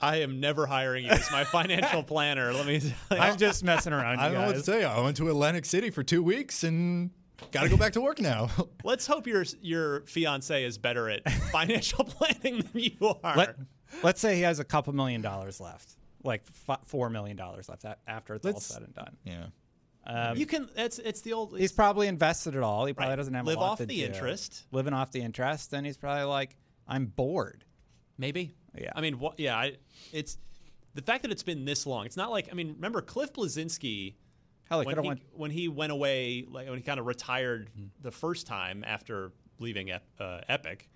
I am never hiring you as my
(laughs)
financial planner. Let me. Tell you.
I'm just
(laughs)
messing around.
I
you
don't know what to
guys.
tell you. I went to Atlantic City for two weeks and got to go back to work now. (laughs)
Let's hope your your fiance is better at financial planning than you are.
Let, let's say he has a couple million dollars left, like f- four million dollars left a- after it's all
Let's-
said and done.
yeah. um,
you can. That's it's the old.
He's probably invested it all. He probably
Right.
doesn't have
Live
a lot
off
to
the
do.
interest.
Living off the interest, then he's probably like, I'm bored.
Maybe.
Yeah.
I mean, wha- yeah. I, it's the fact that it's been this long. It's not like I mean, remember Cliff Blazinski
Hell, he
when
could have
he,
went.
when he went away, like when he kind of retired the first time after leaving Ep- uh, Epic,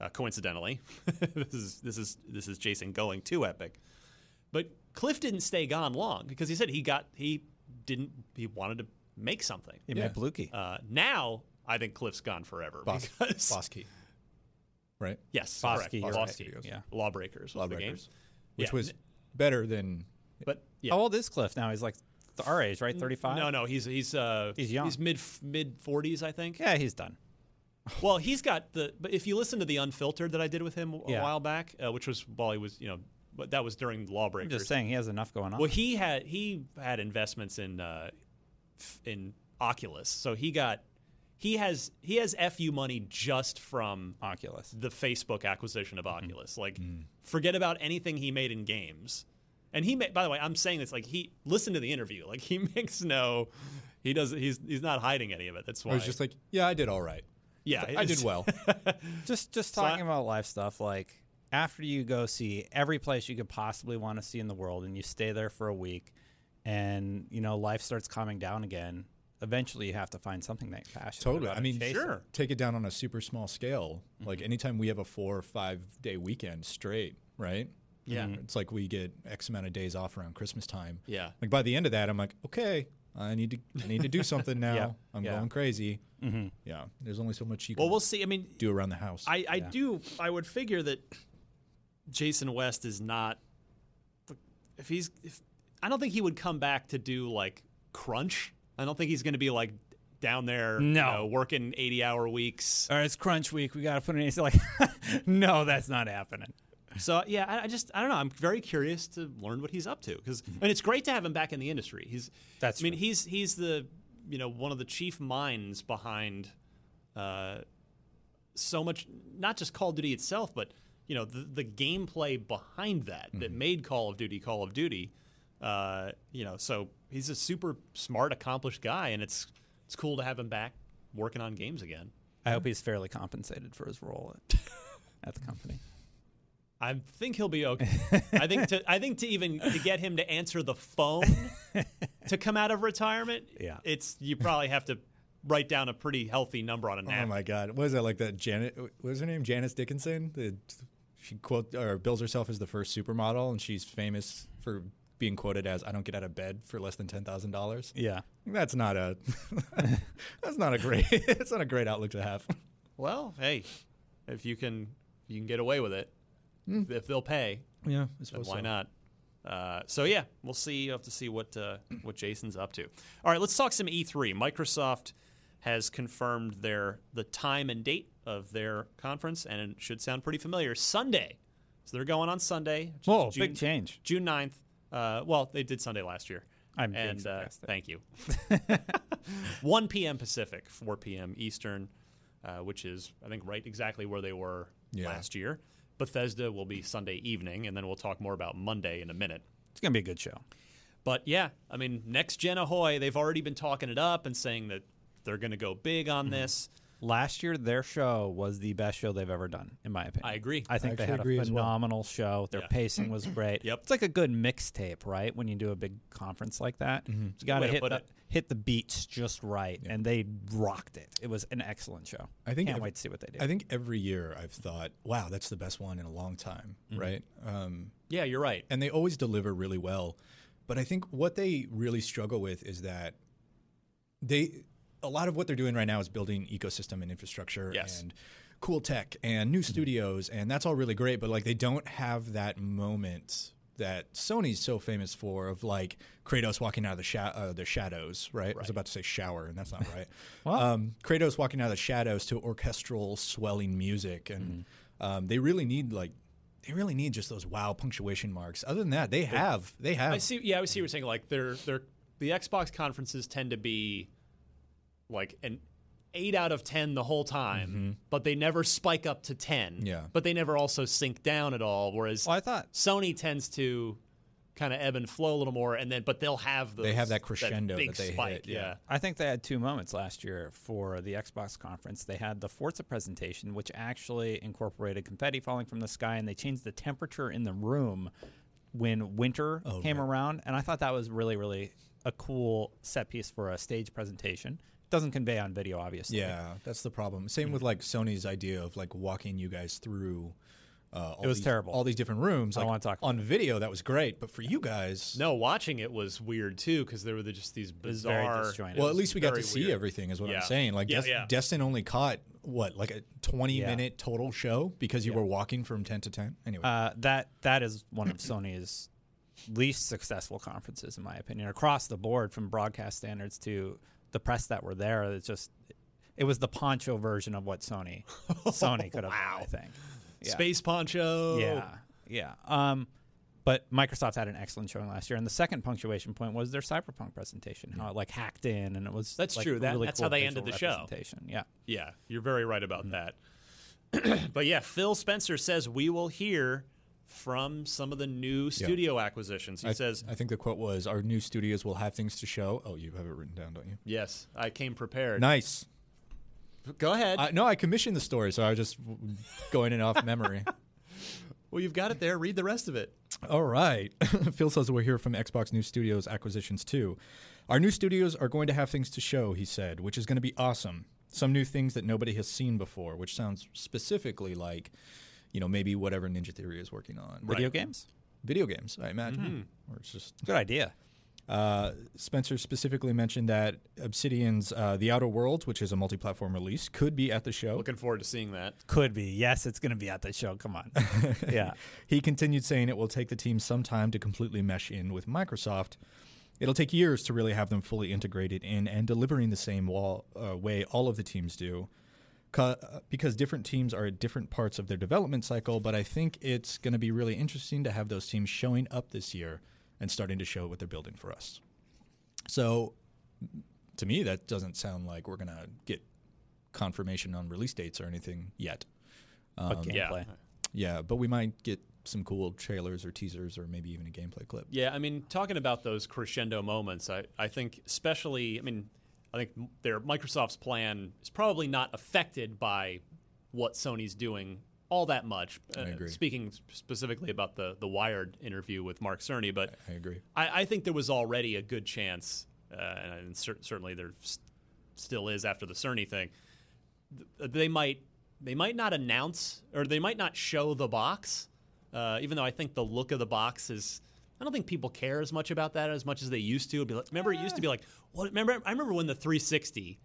uh, coincidentally, (laughs) this is this is this is Jason going to Epic, but Cliff didn't stay gone long because he said he got he didn't he wanted to make something.
He made Blukey.
Uh, now I think Cliff's gone forever
Bos-
because
Bosky. Right?
(laughs) yes,
Bosky,
correct,
you're right.
Bosky,
Yeah.
Lawbreakers, was the game.
Lawbreakers. Which
Yeah,
was
n-
better than.
but yeah.
How old is Cliff now? He's like th- our age, right? 35?
No, no, he's he's uh
He's young.
He's mid mid forties, I think.
Yeah, he's done.
Well, he's got the. But if you listen to the unfiltered that I did with him a
Yeah.
while back, uh, which was while he was, you know, but that was during
I'm
Lawbreakers.
just saying he has enough going on.
Well, he had he had investments in uh, f- in Oculus, so he got he has he has fu money just from
Oculus.
the Facebook acquisition of
Mm-hmm.
Oculus. Like,
Mm.
forget about anything he made in games. And he, ma- by the way, I'm saying this like he listen to the interview. Like he (laughs) makes no, he doesn't. He's he's not hiding any of it. That's why.
I was just like, yeah, I did all right.
yeah,
I did
it's-
well.
Just just
I-
talking about life stuff, like after you go see every place you could possibly want to see in the world and you stay there for a week and you know, life starts calming down again, eventually you have to find something that you're passionate
Totally.
about
I
and
mean,
chase it.
Sure.
take it down on a super small scale. Like anytime we have a four or five day weekend straight, right?
(laughs) Yeah.
Mhm. It's like we get X amount of days off around Christmas time.
Yeah.
Like by the end of that, I'm like, okay, I need to, I need to do something now.
Yeah.
I'm
Yeah.
going crazy. Mm-hmm. Yeah. There's only so much you can
Well, we'll see. I mean,
do around the house.
I, I do. I would figure that Jason West is not. If he's, if I don't think he would come back to do like crunch. I don't think he's going to be like down there, you
No.
know, working eighty-hour weests.
all right, it's crunch week. We got to put it in. He's like, (laughs) no, that's not happening.
So yeah, I, I just I don't know. I'm very curious to learn what he's up to because and it's great to have him back in the industry. He's
Mm-hmm.
I
That's
mean
true.
he's he's the you know one of the chief minds behind uh, so much not just Call of Duty itself, but you know the, the gameplay behind that that
Mm-hmm.
made Call of Duty Call of Duty. Uh, you know, so he's a super smart, accomplished guy, and it's it's cool to have him back working on games again.
I hope he's fairly compensated for his role at, at the company.
I think he'll be okay. I think
(laughs)
to I think to even to get him to answer the phone to come out of
(laughs)
retirement,
Yeah.
it's you probably have to write down a pretty healthy number on a
Oh
nap.
my God! What is that like? That Janet? What was her name? Janice Dickinson. The, she quote or bills herself as the first supermodel, and she's famous for being quoted as "I don't get out of bed for less than ten thousand dollars."
Yeah.
That's not a. (laughs) that's not a great. (laughs) That's not a great outlook to have.
well, hey, if you can you can get away with it,
Hmm.
if they'll pay,
Yeah, I
then
suppose
why
so.
not? Uh, so yeah, we'll see. You have to see what uh, what Jason's up to. All right, let's talk some E3. Microsoft has confirmed their the time and date of their conference, and it should sound pretty familiar. Sunday, so they're going on Sunday. which is
Whoa,
June,
big change.
June 9th. Uh, well, they did Sunday last year.
I'm being
and uh,
sarcastic.
thank you. (laughs) 1 p.m. Pacific, 4 p.m. Eastern, uh, which is I think right exactly where they were
Yeah.
last year. Bethesda will be Sunday evening, and then we'll talk more about Monday in a minute.
It's gonna be a good show.
But yeah, I mean, next gen ahoy, they've already been talking it up and saying that they're going to go big
Mm-hmm.
on this.
Last year, their show was the best show they've ever done, in my opinion.
I agree.
I think
I
they
actually
had a
agree as well.
phenomenal show. Their
Yeah.
pacing
(clears throat)
was great.
Yep.
it's like a good mixtape, right? When you do a big conference like that, it's got
Mm-hmm. Way
to
to
hit
put
the,
it.
hit the beats just right, and they rocked it. It was an excellent show.
I think
can't
ev-
wait to see what they do.
I think every year I've thought, wow, that's the best one in a long time, right? Um,
Yeah, you're right.
and they always deliver really well. But I think what they really struggle with is that they a lot of what they're doing right now is building ecosystem and infrastructure
Yes.
and cool tech and new studios and that's all really great but like they don't have that moment that Sony's so famous for of like Kratos walking out of the sha- uh, the shadows, right? I was about to say shower and that's not right. um, Kratos walking out of the shadows to orchestral swelling music and um, they really need like they really need just those wow punctuation marks. Other than that, they have they have
I see. Yeah, I see what you're saying. Like, they're, they're, the Xbox conferences tend to be like an eight out of 10 the whole time, but they never spike up to 10.
Mm-hmm. Yeah.
But they never also sink down at all. Whereas
Well, I thought
Sony tends to kind of ebb and flow a little more, and then, but they'll have those,
They have that crescendo
big
that they hit,
spike.
yeah.
yeah.
I think they had two moments last year for the Xbox conference. They had the Forza presentation, which actually incorporated confetti falling from the sky, and they changed the temperature in the room when winter came around. And I thought that was really, really a cool set piece for a stage presentation. Doesn't convey on video, obviously.
Yeah, that's the problem. Same with like Sony's idea of like walking you guys through. Uh, all
was
these-
terrible.
All these different rooms.
I don't
like,
wanna talk about
on video. That was great, but for you guys,
No, watching it was weird too because there were the, just these
It was very
bizarre.
disjointed.
Well, at least we got
very
to see
weird.
everything, is what
Yeah.
I'm saying. Like,
Yeah,
Des-
yeah.
Destin only caught what, like a 20
Yeah.
minute total show because you were walking from 10 to 10. Anyway,
Uh, that that is one of Sony's least successful conferences, in my opinion, across the board, from broadcast standards to the press that were there. It's just it was the poncho version of what
(laughs)
Sony Sony could have. done, I think. Yeah.
Space Poncho.
Yeah, yeah. Um, but Microsoft had an excellent showing last year, and the second punctuation point was their Cyberpunk presentation. How it like hacked in, and it was
That's
like,
true. That-
really
that's
cool
how they
visual
ended the show.
representation. Yeah.
yeah. You're very right about
Mm-hmm.
that. (clears throat) but yeah, Phil Spencer says we will hear from some of the new studio acquisitions. He
I,
says,
I think the quote was, Our new studios will have things to show. Oh, you have it written down, don't you?
"Yes, I came prepared."
Nice.
Go ahead.
I, no, I commissioned the story, so I was just w- going it off memory.
well, you've got it there. Read the rest of it.
All right. (laughs) Phil says we're here from Xbox New Studios acquisitions too. Our new studios are going to have things to show, he said, which is going to be awesome. Some new things that nobody has seen before, which sounds specifically like, you know, maybe whatever Ninja Theory is working on.
Video games.
Video games, I imagine. Or it's just
Good idea.
uh, Spencer specifically mentioned that Obsidian's uh, The Outer Worlds, which is a multi-platform release, could be at the show.
Looking forward to seeing that.
Could be. Yes, it's going to be at the show. Come on. (laughs)
(laughs)
yeah.
He continued saying it will take the team some time to completely mesh in with Microsoft. It'll take years to really have them fully integrated in and delivering the same wall, uh, way all of the teams do, Ca- uh, because different teams are at different parts of their development cycle. But I think it's going to be really interesting to have those teams showing up this year and starting to show what they're building for us. So, to me, that doesn't sound like we're going to get confirmation on release dates or anything yet.
But gameplay.
Um, yeah.
Yeah, but we might get some cool trailers or teasers or maybe even a gameplay clip.
Yeah, I mean, talking about those crescendo moments, I, I think especially, I mean, I think m- their Microsoft's plan is probably not affected by what Sony's doing all that much. Uh,
agree.
Speaking s- specifically about the the Wired interview with Mark Cerny, but
I agree.
I, I think there was already a good chance, uh, and cer- certainly there s- still is after the Cerny thing. Th- they might they might not announce or they might not show the box, uh, even though I think the look of the box is. I don't think people care as much about that as much as they used to. It'd Be like, remember, it used to be like, what? Remember, I remember when the 360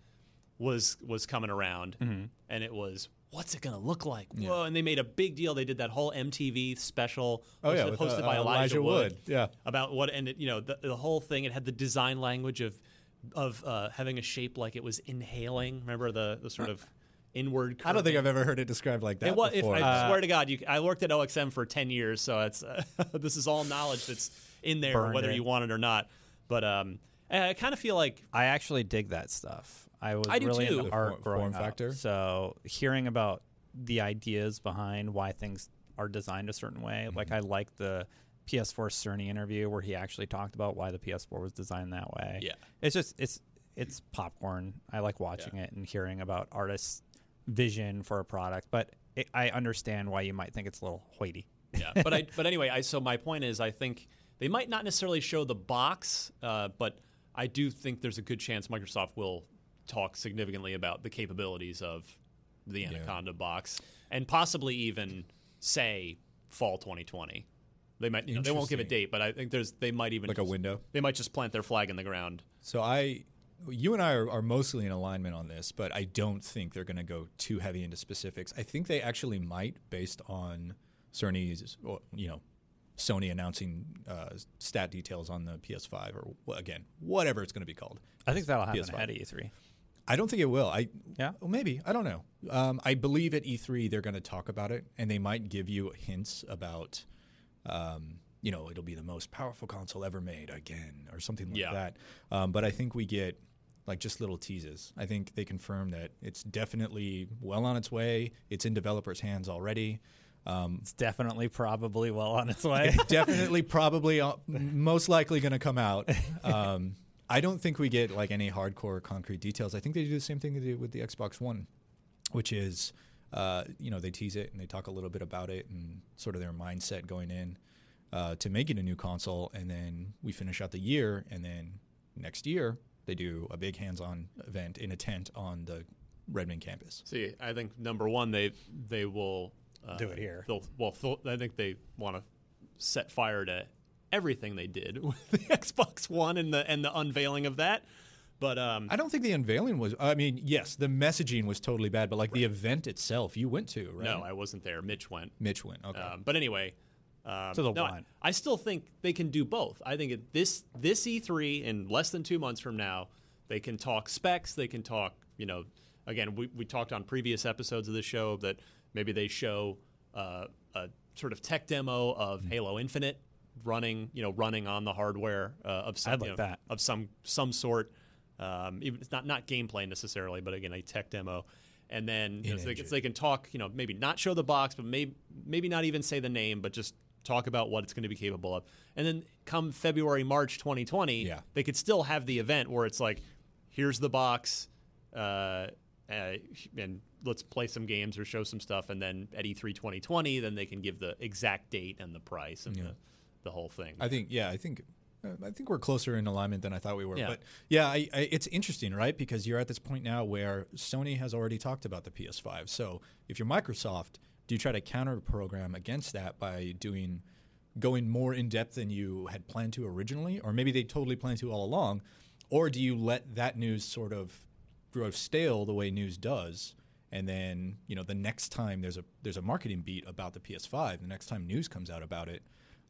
was was coming around,
Mm-hmm.
and it was. What's it gonna look like? Whoa! And they made a big deal. They did that whole MTV special,
Oh, yeah,
hosted-
with,
hosted
uh,
by Elijah,
uh, Elijah
Wood
Wood, yeah.
about what and it, you know the, the whole thing it had the design language of of uh, having a shape like it was inhaling remember the the sort of inward
I don't think I've ever heard it described like that
it was, if,
before. Uh,
I
(laughs)
swear to God, you, I worked at OXM for ten years, so it's uh, (laughs) this is all knowledge that's in there,
Burned
whether
in.
you want it or not. But um, I, I kind of feel like
I actually dig that stuff. I was
I do
really
too.
into
The
art
form-
growing
form factor.
up. So hearing about the ideas behind why things are designed a certain way. Like I like the PS4 Cerny interview where he actually talked about why the PS4 was designed that way.
Yeah.
it's just it's it's popcorn. I like watching it and hearing about artists' vision for a product, but it, I understand why you might think it's a little hoity.
yeah. But I, but anyway, I so my point is, I think they might not necessarily show the box, uh, but I do think there's a good chance Microsoft will talk significantly about the capabilities of the Anaconda box, and possibly even say fall 2020. They might, you know, they won't give a
Interesting.
date, but I think there's they might even
Like a
just-
window?
They might just plant their flag in the ground.
So I, you and I are, are mostly in alignment on this, but I don't think they're going to go too heavy into specifics. I think they actually might, based on Cerny's, or, you know, Sony announcing uh, stat details on the PS5 or wh- again whatever it's going to be called.
I think that'll happen E
PS5.
ahead of E3.
I don't think it will. I
Yeah?
well, maybe I don't know. Um, I believe at E3 they're going to talk about it, and they might give you hints about, um, you know, it'll be the most powerful console ever made again, or something like
Yeah.
that. Um, but I think we get like just little teases. I think they confirm that it's definitely well on its way. It's in developers' hands already.
It's definitely probably well on its way.
definitely, probably, uh, most likely going to come out. Um, I don't think we get like any hardcore concrete details. I think they do the same thing they did with the Xbox One, which is, uh, you know, they tease it and they talk a little bit about it and sort of their mindset going in uh, to making a new console, and then we finish out the year, and then next year they do a big hands-on event in a tent on the Redmond campus.
See, I think number one, they they will uh,
Do it here.
They'll, well, th- I think they want to set fire to everything they did (laughs) with the Xbox One and the and the unveiling of that. But um,
I don't think the unveiling was. I mean, yes, the messaging was totally bad, but like the event itself, you went to, right?
no, I wasn't there. Mitch went.
Mitch went. Okay.
Um, but anyway, um,
To the
no, I-
one.
I, still think they can do both. I think at this this E3 in less than two months from now, they can talk specs. They can talk. You know, again, we we talked on previous episodes of the show that maybe they show uh, a sort of tech demo of
Hmm.
Halo Infinite running. You know, running on the hardware uh, of some
I'd like
you know,
that.
of some some sort. Um, even, it's not not gameplay necessarily, but again, a tech demo. And then you know, so they, can- so they can talk, you know, maybe not show the box, but maybe maybe not even say the name, but just talk about what it's going to be capable of. And then come February, March 2020,
Yeah.
they could still have the event where it's like, here's the box, uh, uh, and let's play some games or show some stuff. And then at E E3 2020, then they can give the exact date and the price and the, the whole thing.
I think yeah, I think uh, I think we're closer in alignment than I thought we were.
Yeah.
But yeah, I, I, it's interesting, right? Because you're at this point now where Sony has already talked about the PS5. So if you're Microsoft, do you try to counter program against that by doing going more in depth than you had planned to originally, or maybe they totally planned to all along, or do you let that news sort of grow stale the way news does? And then you know the next time there's a there's a marketing beat about the PS5, the next time news comes out about it,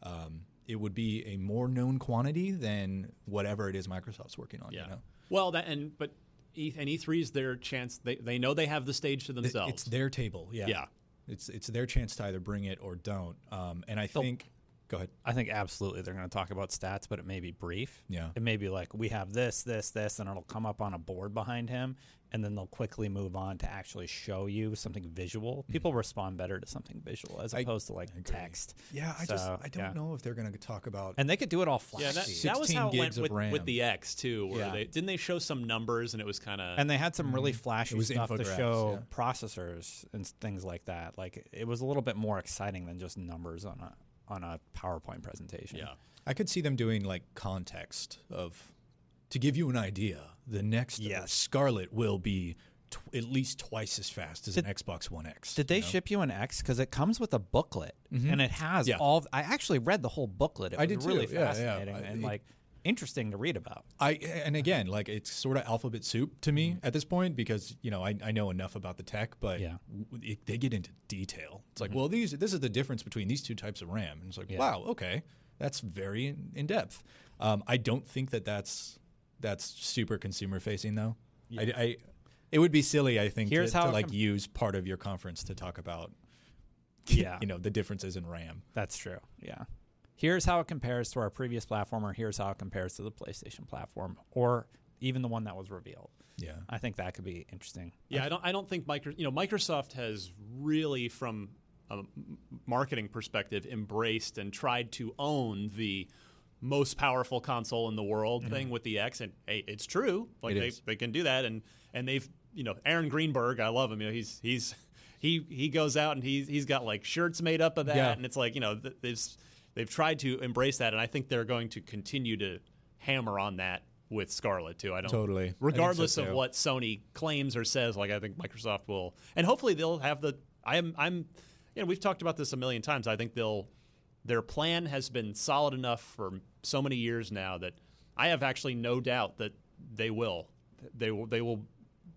um, it would be a more known quantity than whatever it is Microsoft's working on.
Yeah.
You know?
Well, that and but E and E three is their chance. They they know they have the stage to
Th-
themselves.
It's their table. Yeah.
Yeah.
It's it's their chance to either bring it or don't. Um, and I think, go ahead.
I think absolutely they're going to talk about stats, but it may be brief.
Yeah.
It may be like, we have this, this, this, and it'll come up on a board behind him. And then they'll quickly move on to actually show you something visual.
Hmm.
People respond better to something visual as opposed to like text.
Yeah, I just
So,
I don't
yeah.
know if they're going to talk about.
And they could do it all flashy.
yeah, that,
Sixteen
that was how it went
gigs of
with, with
RAM.
the X too. Where
Yeah.
they didn't they show some numbers and it was kind of
and they had some really flashy
Mm-hmm. It was
stuff to
infographs,
show processors and s- things like that. Like it was a little bit more exciting than just numbers on a on a PowerPoint presentation.
yeah.
I could see them doing like context of to give you an idea. The next uh,
Yes.
Scarlet will be tw- at least twice as fast as an Xbox One X.
Did they ship you an X? Because it comes with a booklet, and it has
Mm-hmm. Yeah.
all. I actually read the whole booklet. It
I
was
did too.
really
Yeah, yeah.
fascinating
I-
and
it-
like interesting to read about.
I and again, like it's sort of alphabet soup to me at this point because you know I, I know enough about the tech, but
Mm-hmm. Yeah. Mm-hmm.
w- it, they get into detail. It's like, well, these this is the difference between these two types of RAM, and it's like, wow, okay, that's very in, in depth. Um, I don't think that that's that's super consumer facing though. I, I- it would be silly, I think,
Here's
to,
how
to
it
like
com-
use part of your conference to talk about
Yeah,
(laughs) you know the differences in RAM.
that's true. Yeah. Here's how it compares to our previous platform, or here's how it compares to the PlayStation platform, or even the one that was revealed.
Yeah,
I think that could be interesting.
Yeah, I don't. I don't think micro, you know Microsoft has really from a marketing perspective, embraced and tried to own the most powerful console in the world thing with the X. And hey, it's true. Like
Mm-hmm. It
they,
is.
they can do that. And and they've you know Aaron Greenberg, I love him. You know he's he's he he goes out and he's he's got like shirts made up of that,
Yeah.
and it's like you know th- they've s- they've tried to embrace that, and I think they're going to continue to hammer on that with Scarlet too. I don't
Totally. I think so,
regardless
too.
of what Sony claims or says. Like I think Microsoft will, and hopefully they'll have the. I'm I'm, you know, we've talked about this a million times. I think they'll their plan has been solid enough for so many years now that I have actually no doubt that they will they will they will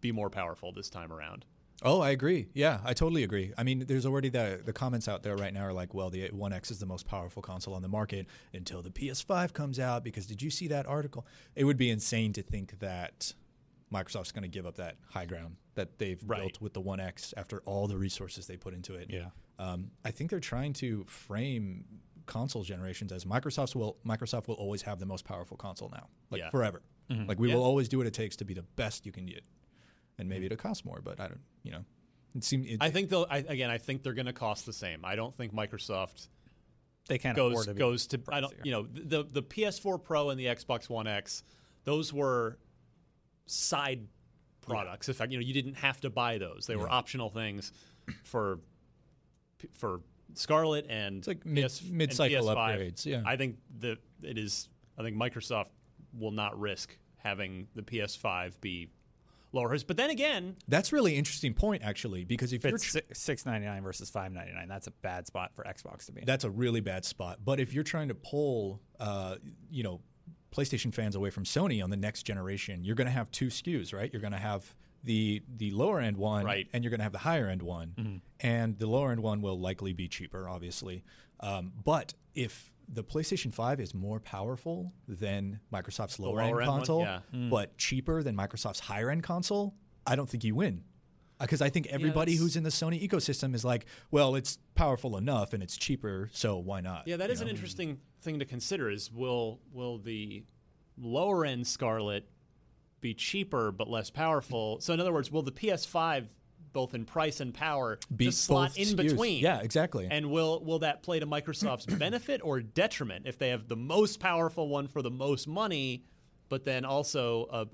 be more powerful this time around.
Oh, I agree. Yeah, I totally agree. I mean, there's already the the comments out there right now are like, well, the One X is the most powerful console on the market until the PS5 comes out. Because did you see that article? It would be insane to think that Microsoft's going to give up that high ground that they've
Right.
built with the One X after all the resources they put into it.
Yeah.
Um, I think they're trying to frame console generations as Microsoft's will Microsoft will always have the most powerful console now, like
Yeah. Mm-hmm.
forever. Like we
Yeah. Mm-hmm.
will always do what it takes to be the best you can get, and maybe it'll cost more, but I don't, you know, it seems it,
I think they'll I, again. I think they're going to cost the same. I don't think Microsoft
They can't afford
goes
to be
goes to I don't
pricier.
you know the the PS4 Pro and the Xbox One X. Those were side products. In fact, you know you didn't have to buy those. They were optional things for for Scarlet and it's
like mid- mid-cycle upgrades, yeah.
I think the it is. I think Microsoft will not risk having the PS5 be lower. But then again,
that's really interesting point actually because if
If
you're
it's
tr-
si- six ninety nine versus five ninety nine, that's a bad spot for Xbox to be. in.
that's a really bad spot. But if you're trying to pull, uh, you know, PlayStation fans away from Sony on the next generation, you're going to have two SKUs, right? You're going to have the the lower end one,
Right. Mm-hmm.
and you're going to have the higher end one, and the lower end one will likely be cheaper, obviously. Um, but if the PlayStation 5 is more powerful than Microsoft's lower,
lower
end
end one,
console,
yeah. Mm.
but cheaper than Microsoft's higher end console, I don't think you win because I think everybody who's in the Sony ecosystem is like, well, it's powerful enough and it's cheaper, so why not?
Yeah, that is an interesting thing to consider. Is will will the lower end Scarlet be cheaper but less powerful? So in other words, will the PS5 both in price and power
Beat
just slot
both
in
SKUs.
between?
Yeah, exactly.
And will will that play to
(clears throat)
Microsoft's benefit or detriment if they have the most powerful one for the most money, but then also a,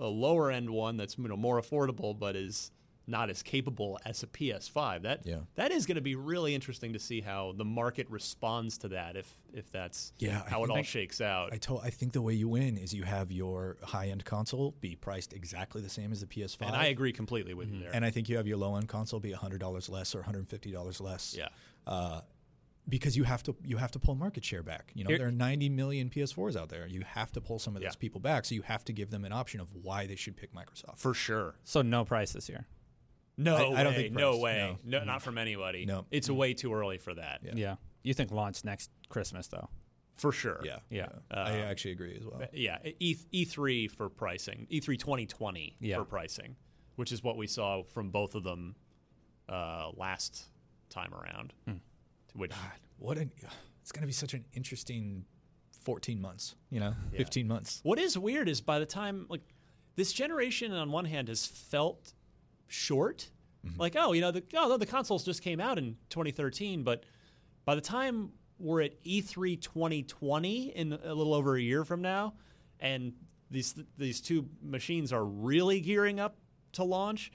a, a lower end one that's you know, more affordable but is not as capable as a PS5? That
Yeah.
that is going to be really interesting to see how the market responds to that if if that's
Yeah, I
how it
think-
all shakes out.
I told, I think the way you win is you have your high end console be priced exactly the same as the PS5.
and I agree completely with you there.
Mm-hmm. And I think you have your low end console be $100 less or $150 less.
yeah.
Because you have to you have to pull market share back. You know,
Here-
there are 90 million PS4s out there. You have to pull some of those people back, so you have to give them an option of why they should pick Microsoft.
For sure.
so no price this year.
No
I- I don't
way.
think
no
priced,
way. No, not from anybody.
No. Mm-hmm.
It's way too early for that.
Yeah.
Yeah. You think launch next Christmas though?
For sure. Uh,
yeah.
Yeah.
I actually agree as well.
Yeah, E E three for pricing, E three 2020
Yeah.
for pricing, which is what we saw from both of them uh, last time around. Which
what an it's going to be such an interesting 14 months you know 15 months
what is weird is by the time like this generation on one hand has felt short, like oh you know the oh the consoles just came out in 2013, but by the time we're at E E3 2020 in a little over a year from now, and these these two machines are really gearing up to launch,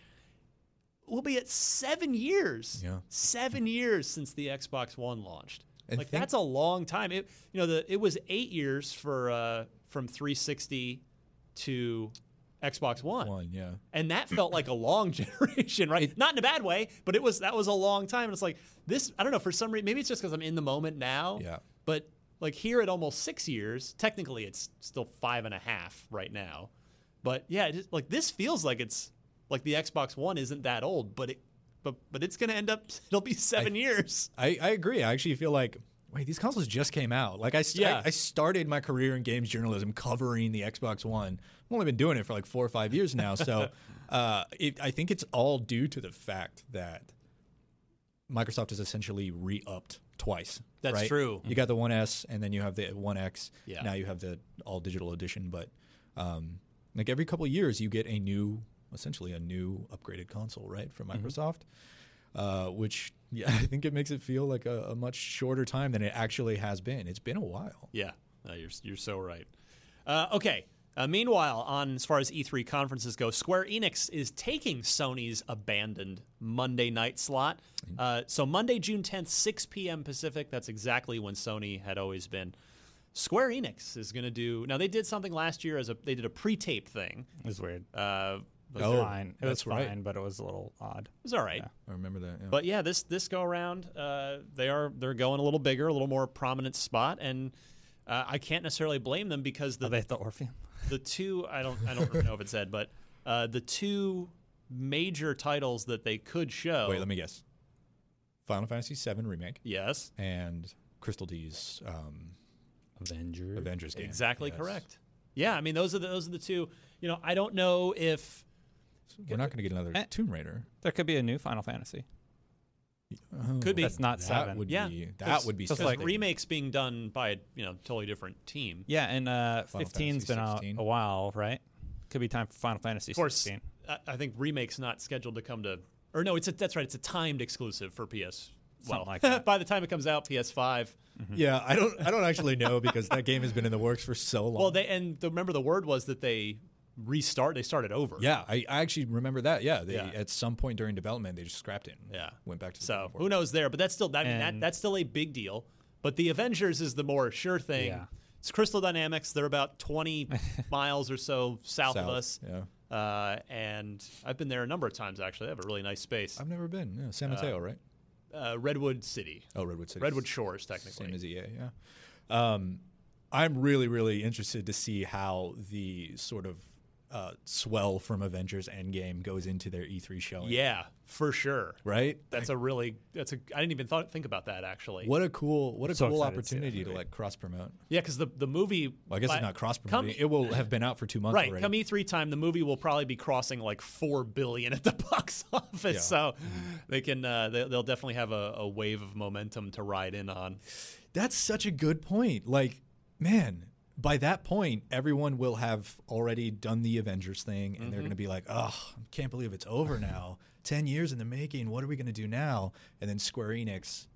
we'll be at seven years.
Yeah.
seven years since the Xbox One launched.
And
like
think-
that's a long time. It you know the it was eight years for uh, from 360 to Xbox One
one yeah
and that felt like a long (laughs) generation, right? Not in a bad way, but it was that was a long time. And it's like this. I don't know for some reason. Maybe it's just because I'm in the moment now.
Yeah.
But like here at almost six years, technically it's still five and a half right now. But yeah, it just, like this feels like it's like the Xbox One isn't that old, but it but but it's gonna end up. (laughs) It'll be seven years.
I, I agree i actually feel like wait these consoles just came out like I, st-
Yeah.
I I started my career in games journalism covering the xbox one i've only been doing it for like four or five years
(laughs)
now so uh, it, i think it's all due to the fact that microsoft has essentially re-upped twice
That's
right?
true.
you got the 1s and then you have the 1x
Yeah.
now you have the all digital edition but um, like
Mm-hmm.
every couple of years you get a new essentially a new upgraded console right from microsoft uh, which yeah, (laughs) I think it makes it feel like a, a much shorter time than it actually has been. It's been a while.
Yeah, uh, you're you're so right. Uh, okay. Uh, meanwhile, on as far as E3 conferences go, Square Enix is taking Sony's abandoned Monday night slot.
Mm.
Uh, so Monday, June 10th, 6 p.m. Pacific. That's exactly when Sony had always been. Square Enix is going to do. Now they did something last year as a they did a pre-tape thing.
It was weird. It
Uh,
was
Oh,
fine. It was
that's right.
fine, but it was a little odd.
it was all right.
I remember that. Yeah.
But yeah, this this go around, uh, they are they're going a little bigger, a little more prominent spot, and uh, I can't necessarily blame them because the
Are they at the Orpheum?
the two I don't I don't know if it said, but uh, the two major titles that they could show.
Wait, let me guess. Final Fantasy VII remake
Yes,
and Crystal D's um,
Avenger.
Avengers game.
exactly
Yes.
correct. Yeah, I mean those are the, those are the two. You know, I don't know if
We're not going to get another
Eh.
Tomb Raider.
There could be a new Final Fantasy.
Oh,
could be
That's not
that
seven.
would
Yeah,
be that
'cause-
would be
just
something.
like remakes being done by a you know totally different team.
yeah, and uh,
Final
15's been
Fantasy
out
16.
a while, right? Could be time for Final Fantasy
Of course,
16.
I, I think remake's not scheduled to come to, or no, it's a, that's right, it's a timed exclusive for PS. Well, (laughs)
Something like that.
by the time it comes out, PS5.
(laughs) Yeah, I don't I don't actually know because that game has been in the works for so long.
Well, they and the, remember the word was that they restart, they started over.
yeah, I, I actually remember that. Yeah, they
Yeah.
at some point during development they just scrapped it. and
Yeah.
went back to the
So
drawing board.
who knows there? But that's still, I mean, that,
And-
that's still a big deal. But the Avengers is the more sure thing.
Yeah.
It's Crystal Dynamics. They're about
(laughs)
20 miles or so south, of
South,
us.
Yeah,
Uh, and I've been there a number of times, actually. They have a really nice space.
I've never been. Yeah, San Mateo, right?
Uh, Redwood City.
Oh, Redwood City.
Redwood Shores, technically.
Same as EA. Yeah. Um, I'm really really interested to see how the sort of uh, swell from Avengers Endgame goes into their E3 showing.
yeah, for sure.
Right.
That's a really that's a I didn't even thought, think about that actually.
What a cool what a
so
cool
excited to see that
opportunity to
movie.
like cross promote.
Yeah, because the the movie.
Well, I guess
by-
it's not cross
come-
promoting. It will have been out for two months
right,
already.
come E three time, the movie will probably be crossing like four billion at the (laughs) box office. So
Mm-hmm.
they can uh, they, they'll definitely have a, a wave of momentum to ride in on.
That's such a good point. Like, man, by that point, everyone will have already done the Avengers thing, and they're going to be like, "Oh, can't believe it's over now. Ten years in the making. What are we going to do now?" And then Square Enix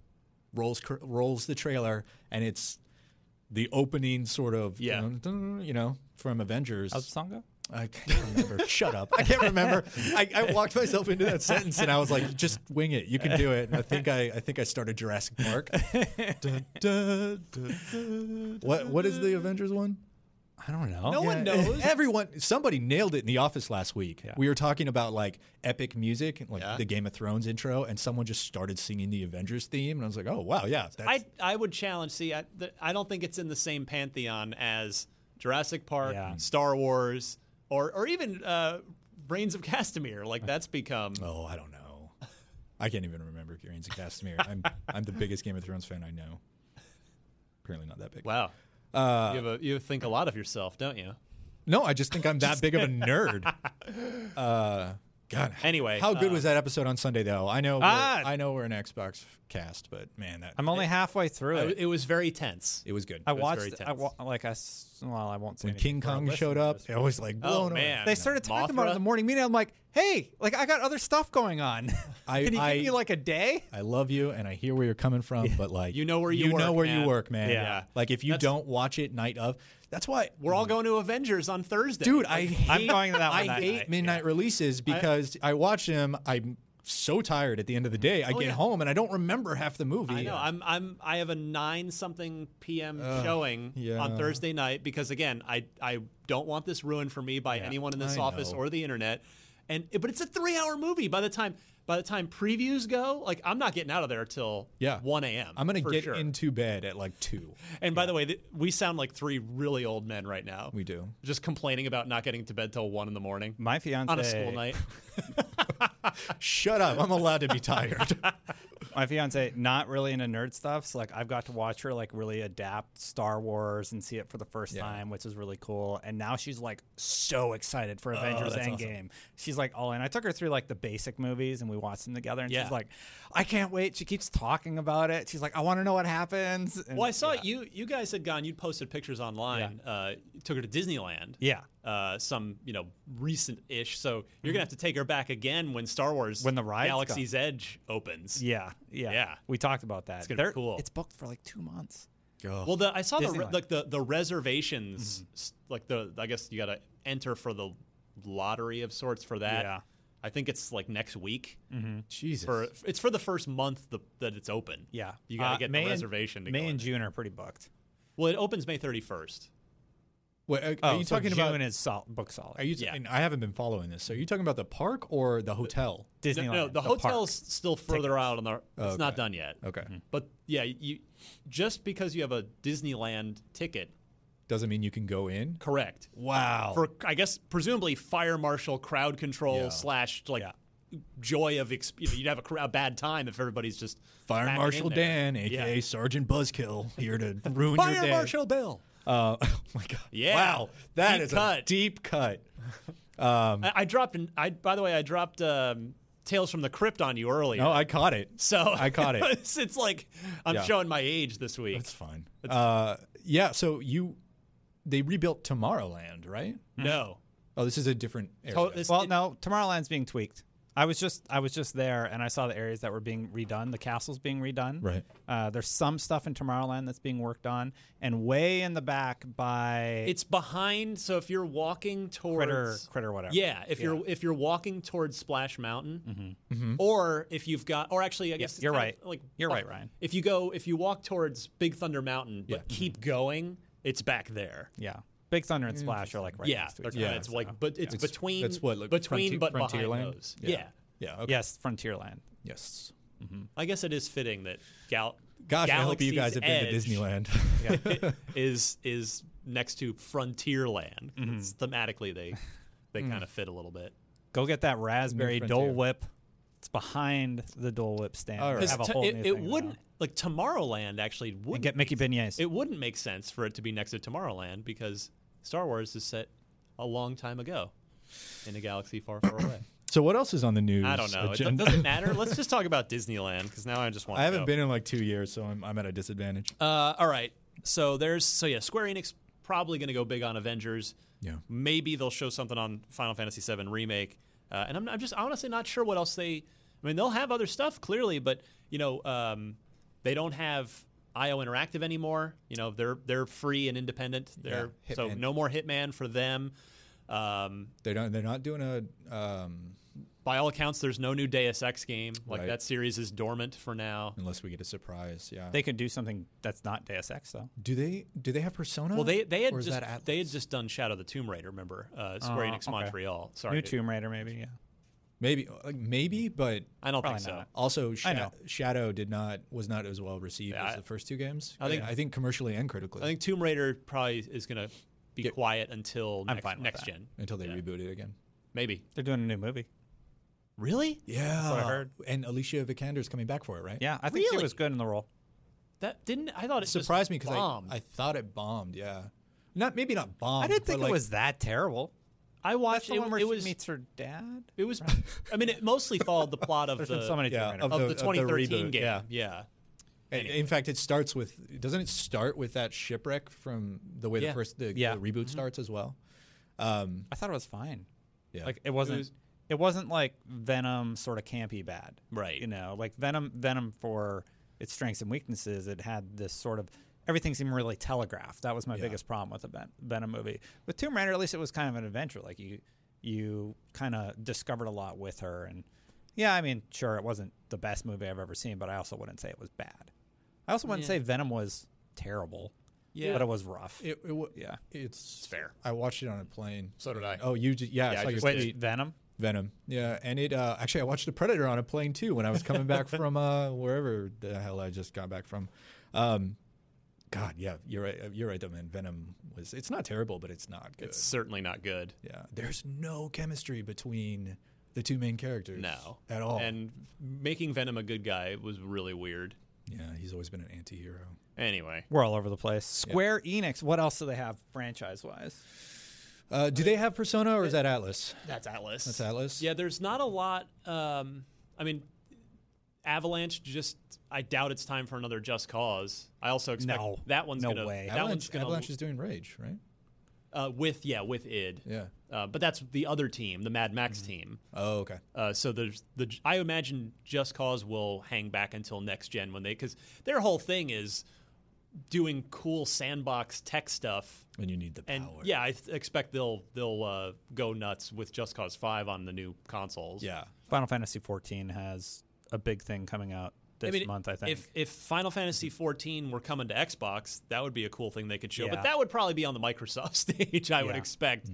rolls cr- rolls the trailer, and it's the opening sort of
Yeah.
dun, dun, you know from Avengers.
How's the song go?
I can't remember. Shut up. I can't remember. I, I walked myself into that sentence and I was like, just wing it. You can do it. And I think I, I think I started Jurassic (laughs) Park. Dun, dun, dun, dun, what what is the Avengers one?
I don't know.
No one knows. Everyone somebody nailed it in the office last week. We were talking about like epic music, like the Game of Thrones intro, and someone just started singing the Avengers theme and I was like, Oh wow, yeah. That's,
I I would challenge. See, I, the, I don't think it's in the same pantheon as Jurassic Park,
Yeah.
Star Wars, or or even uh, Reigns of Castamere. Like that's become.
oh, I don't know. I can't even remember Garen's and Castamere. I'm I'm the biggest Game of Thrones fan I know. Apparently not that big.
Wow.
uh,
you have a, you think a lot of yourself, don't you?
No, I just think
(laughs)
I'm that big of a nerd. Uh, God.
Anyway,
how good
uh,
was that episode on Sunday though? I know, we're,
um, Ah!
I know we're an Xbox cast, but man, that
I'm only halfway through
Uh,
it.
It was very tense.
it was good.
I
was very
watched. I
tense.
wa- like I. s- Well, I won't say.
when
anything
King
for our
Kong showed up,
listeners.
I was like, blown
Oh
away.
man,
They started talking about it in the
Mothra?
morning meeting. I'm like, hey, like I got other stuff going on.
I-
Can you
I-
give me like a day?
I love you, and I hear where you're coming from, but like,
You know where you
know
work,
where
man.
you work, man.
Yeah. Yeah.
Like if you
That's-
don't watch it night of, that's why
We're all going to Avengers on Thursday.
Mm-hmm. dude. I hate,
I'm going to that one
I
that
hate
night,
midnight releases because I, watch them. I'm so tired at the end of the day.
Oh,
I get
yeah.
home and I don't remember half the movie.
I know. I'm. I'm. I have a nine something p.m. showing
yeah.
on Thursday night because again, I. I don't want this ruined for me by anyone in this
I
office
know.
or the internet. And but it's a three hour movie. By the time by the time previews go, like I'm not getting out of there till
Yeah.
one a.m.
I'm gonna
for
get
sure.
into bed at like two.
And by the way, th- we sound like three really old men right now.
We do.
Just complaining about not getting to bed till one in the morning
My fiance
on a school
(laughs)
night.
Shut up! I'm allowed to be (laughs) tired.
my fiance not really into nerd stuff so like i've got to watch her like really adapt star wars and see it for the first time which is really cool and now she's like so excited
Oh,
for avengers endgame she's like all in i took her through like the basic movies and we watched them together and
Yeah.
she's like i can't wait she keeps talking about it she's like i want to know what happens and
Well, I saw you. You guys had gone. You'd posted pictures online. Uh, took her to Disneyland.
yeah
Uh, uh, some you know recent-ish. So you're gonna have to take her back again when Star Wars
Mm-hmm. When the ride's
Galaxy's Edge opens.
Yeah, yeah,
Yeah.
We talked about that. It's
gonna be cool.
It's booked for like two months.
Well, the, I saw the re-
Disneyland. Mm-hmm.
like the the reservations, s- like the I guess you got to enter for the lottery of sorts for that.
Yeah. Mm.
I think it's like next week
Jesus.
for it's for the first month the, that it's open.
Yeah,
you got to
Uh,
get
May
the
and-
reservation to
May
go in
and
there.
June are pretty booked.
Well, it opens May thirty first.
Wait, are,
Oh,
are you
so
talking
June
about?
is sol- book solid.
are you?
Yeah.
and I haven't been following this. So are you talking about the park or the hotel?
Disneyland?
No, the,
park.
hotel's still further out on the. It's not done yet.
Okay.
But yeah, you just because you have a Disneyland ticket,
Doesn't mean you can go in.
correct?
Wow.
for I guess presumably fire marshal crowd control
Yeah.
slash like joy of exp- you know, you'd have a, cr- a bad time if everybody's just
Fire
packing in
Marshal
there.
Dan, aka
Yeah.
Sergeant Buzzkill, here to ruin your
Fire
day.
Marshal Bill.
Uh, (laughs) oh my god!
Yeah.
Wow, that
Deep
is a
cut.
deep cut. Um,
I, I dropped an, I by the way I dropped um, Tales from the Crypt on you earlier.
No, I caught it.
so
Oh, I caught it.
(laughs) it's, it's like I'm
Yeah.
showing my age this week.
That's fine. Uh, yeah. So you, they rebuilt Tomorrowland, right? (laughs)
no.
Oh, this is a different area.
Oh, this-
Well,
it-
no, Tomorrowland's being tweaked. I was just I was just there and I saw the areas that were being redone. The castle's being redone.
Right.
Uh, there's some stuff in Tomorrowland that's being worked on, and way in the back by
it's behind. So if you're walking towards
critter critter whatever.
Yeah, if you're if you're walking towards Splash Mountain, or if you've got, or actually, I guess it's
you're
kind of
right.
Like
You're
uh,
right, Ryan.
If you go, if you walk towards Big Thunder Mountain, but
Yeah.
keep going, it's back there.
Yeah. Big Thunder and Splash are like right
yeah,
next to
they're
each
kinda-
other.
it's like, but it's,
It's-
between.
that's what, like,
between,
Fronti-
but behind
Frontierland?
those.
Yeah.
Yeah.
Yeah. Okay.
Yes, Frontierland.
Yes.
I guess it is fitting that Gal.
Gosh, I hope you guys
Galaxy's
have been to
Edge
Disneyland.
(laughs) is is next to Frontierland. It's thematically they they kind of fit a little bit.
Go get that raspberry
Frontier.
Dole Whip. It's behind the Dole Whip stand.
All right.
They
Because
Have a
To-
whole
it,
new
it
thing
wouldn't
around.
like Tomorrowland actually
And
wouldn't
get Mickey beignets.
it wouldn't make sense for it to be next to Tomorrowland because Star Wars is set a long time ago in a galaxy far,
(coughs)
far away.
(laughs) so what else is on the news?
I don't know. It do-
agenda?
doesn't matter. Let's just talk about Disneyland because now I just want.
(laughs) I haven't
to
been in like two years, so I'm, I'm at a disadvantage.
Uh, all right. So there's so yeah, Square Enix probably going to go big on Avengers.
Yeah.
Maybe they'll show something on Final Fantasy VII remake. Uh, and I'm, I'm just honestly not sure what else they. I mean, they'll have other stuff clearly, but you know, um, they don't have IO Interactive anymore. You know, they're they're free and independent. They're
Yeah,
so
Hitman.
no more Hitman for them. Um,
They don't. They're not doing a. Um,
by all accounts, there's no new Deus Ex game. Like
Right. Mm.
that series is dormant for now.
unless we get a surprise. Yeah.
They could do something that's not Deus Ex though.
do they do they have Persona?
Well, they they had
or is
just
that Atlas?
they had just done Shadow of the Tomb Raider. Remember, uh, Square
Oh,
Enix
okay.
Montreal. Sorry,
New
dude.
Tomb Raider maybe. Yeah.
maybe like, maybe, but
I don't think
Probably
so.
not.
also Sha-
I know.
Shadow did not was not as well received
Yeah,
as
I-
the first two games.
I think-
I think commercially and critically
I think Tomb Raider probably is going to be
Yeah.
quiet until
I'm
next,
fine with
next
that.
gen,
until they reboot it again.
maybe.
They're doing a new movie.
Really?
Yeah,
what I heard.
And Alicia Vikander's coming back for it, right?
Yeah, I think she
Really?
was good in the role.
That didn't. I thought it
It surprised me
because
because I, I thought it bombed. Yeah, not maybe not bombed.
I didn't
but,
think
like,
it was that terrible. I watched
it- it was-
her dad.
it was. I mean, it mostly followed the
(laughs)
plot of
There's
the
been so many
yeah,
Tomb Raider.
of-
of
the-
the, 2013
reboot,
game.
yeah.
yeah.
In- In fact, it starts with doesn't it start with that shipwreck from the way the
Yeah.
first the,
Yeah.
the reboot starts as well.
I thought it was fine.
Yeah,
Like it wasn't. It,
was-
was, not like Venom sort of campy bad.
Right.
You know, like Venom. Venom for its strengths and weaknesses, it had this sort of everything seemed really telegraphed. That was my biggest problem with the Ven- Venom movie. With Tomb Raider, at least it was kind of an adventure. Like you, you kind of discovered a lot with her, and yeah, I mean, sure, it wasn't the best movie I've ever seen, but I also wouldn't say it was bad. I also wouldn't say Venom was terrible.
Yeah.
But it was rough.
it, it w-
yeah.
it's,
fair.
I watched it on a plane.
So did I.
Oh, you just, yeah,
Yeah,
I
I
saw your
just
tweet.
Wait, Venom?
Venom. Yeah, and it uh, actually I watched The Predator on a plane too when I was coming
(laughs)
back from uh, wherever the hell I just got back from. Um, God, yeah, you're right. uh, You're right, though, man. Venom was it's not terrible, but it's not good.
It's certainly not good.
yeah, there's no chemistry between the two main characters.
No,
at all.
And making Venom a good guy was really weird.
yeah, he's always been an anti-hero.
Anyway,
We're all over the place. Square Enix. What else do they have franchise wise?
Uh, do they have Persona or is that Atlas?
that's Atlas.
That's Atlas.
Yeah, there's not a lot. Um, I mean, Avalanche. Just I doubt it's time for another Just Cause. I also expect
No.
that one's
No
gonna.
way.
That
Avalanche,
one's gonna.
Avalanche is doing Rage, right?
Uh, with yeah, with id.
Yeah.
Uh, but that's the other team, the Mad Max team.
Oh, okay.
Uh, so there's the I imagine Just Cause will hang back until next gen when they because their whole thing is doing cool sandbox tech stuff.
And you need the power.
And yeah, I th- expect they'll they'll uh, go nuts with Just Cause Five on the new consoles.
Yeah.
Final Fantasy 14 has a big thing coming out this
I mean,
month. I think.
if if Final Fantasy 14 were coming to Xbox, that would be a cool thing they could show.
Yeah.
But that would probably be on the Microsoft (laughs) stage, I would
Yeah. Mm.
expect,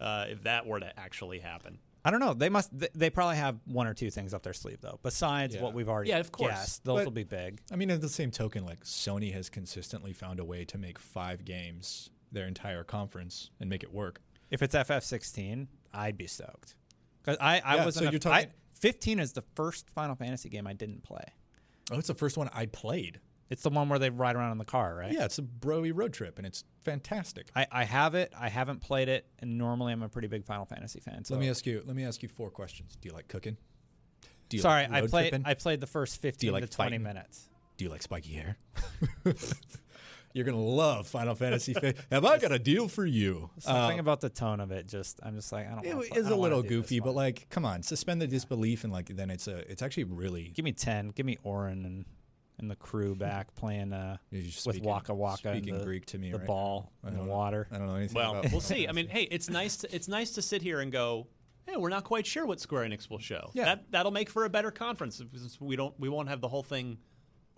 uh, if that were to actually happen.
I don't know. They must. They, they probably have one or two things up their sleeve though. Besides
Yeah.
what we've already.
Yeah, of course.
guessed. those
But-
will be big.
I mean, at the same token, like Sony has consistently found a way to make five games their entire conference and make it work.
If it's FF16, I'd be stoked. 'Cause I, I
Yeah,
wasn't.
so
a-
you're talking-
I- 15 is the first Final Fantasy game I didn't play.
Oh, it's the first one I played.
It's the one where they ride around in the car, right?
Yeah, it's a broy road trip, and it's fantastic.
I, I have it. I haven't played it, and normally I'm a pretty big Final Fantasy fan. So
Let me ask you. Let me ask you four questions. Do you like cooking? Do you
Sorry,
like
I
road
played.
tripping?
I played the first 15
like
to 20
fighting?
minutes.
Do you like spiky hair? (laughs) You're gonna love Final Fantasy. fi- Have I got a deal for you?
Something about the tone of it, just I'm just like I don't.
Uh, It
wanna play- I
is
don't
a
wanna
little
do this
goofy, but
one.
like, come on, suspend the disbelief, and like, then it's a, it's actually really.
give me 10. Give me Orin and and
(laughs)
the crew back playing uh,
You're
with
just speaking-
Waka Waka. and
speaking
the,
Greek to me
The
right
ball
now. I
and the
don't know-
water.
I don't know anything.
Well,
about
we'll see. I mean, hey, it's nice. To, it's nice to sit here and go. Hey, we're not quite sure what Square Enix will show.
Yeah.
That that'll make for a better conference. because We don't. We won't have the whole thing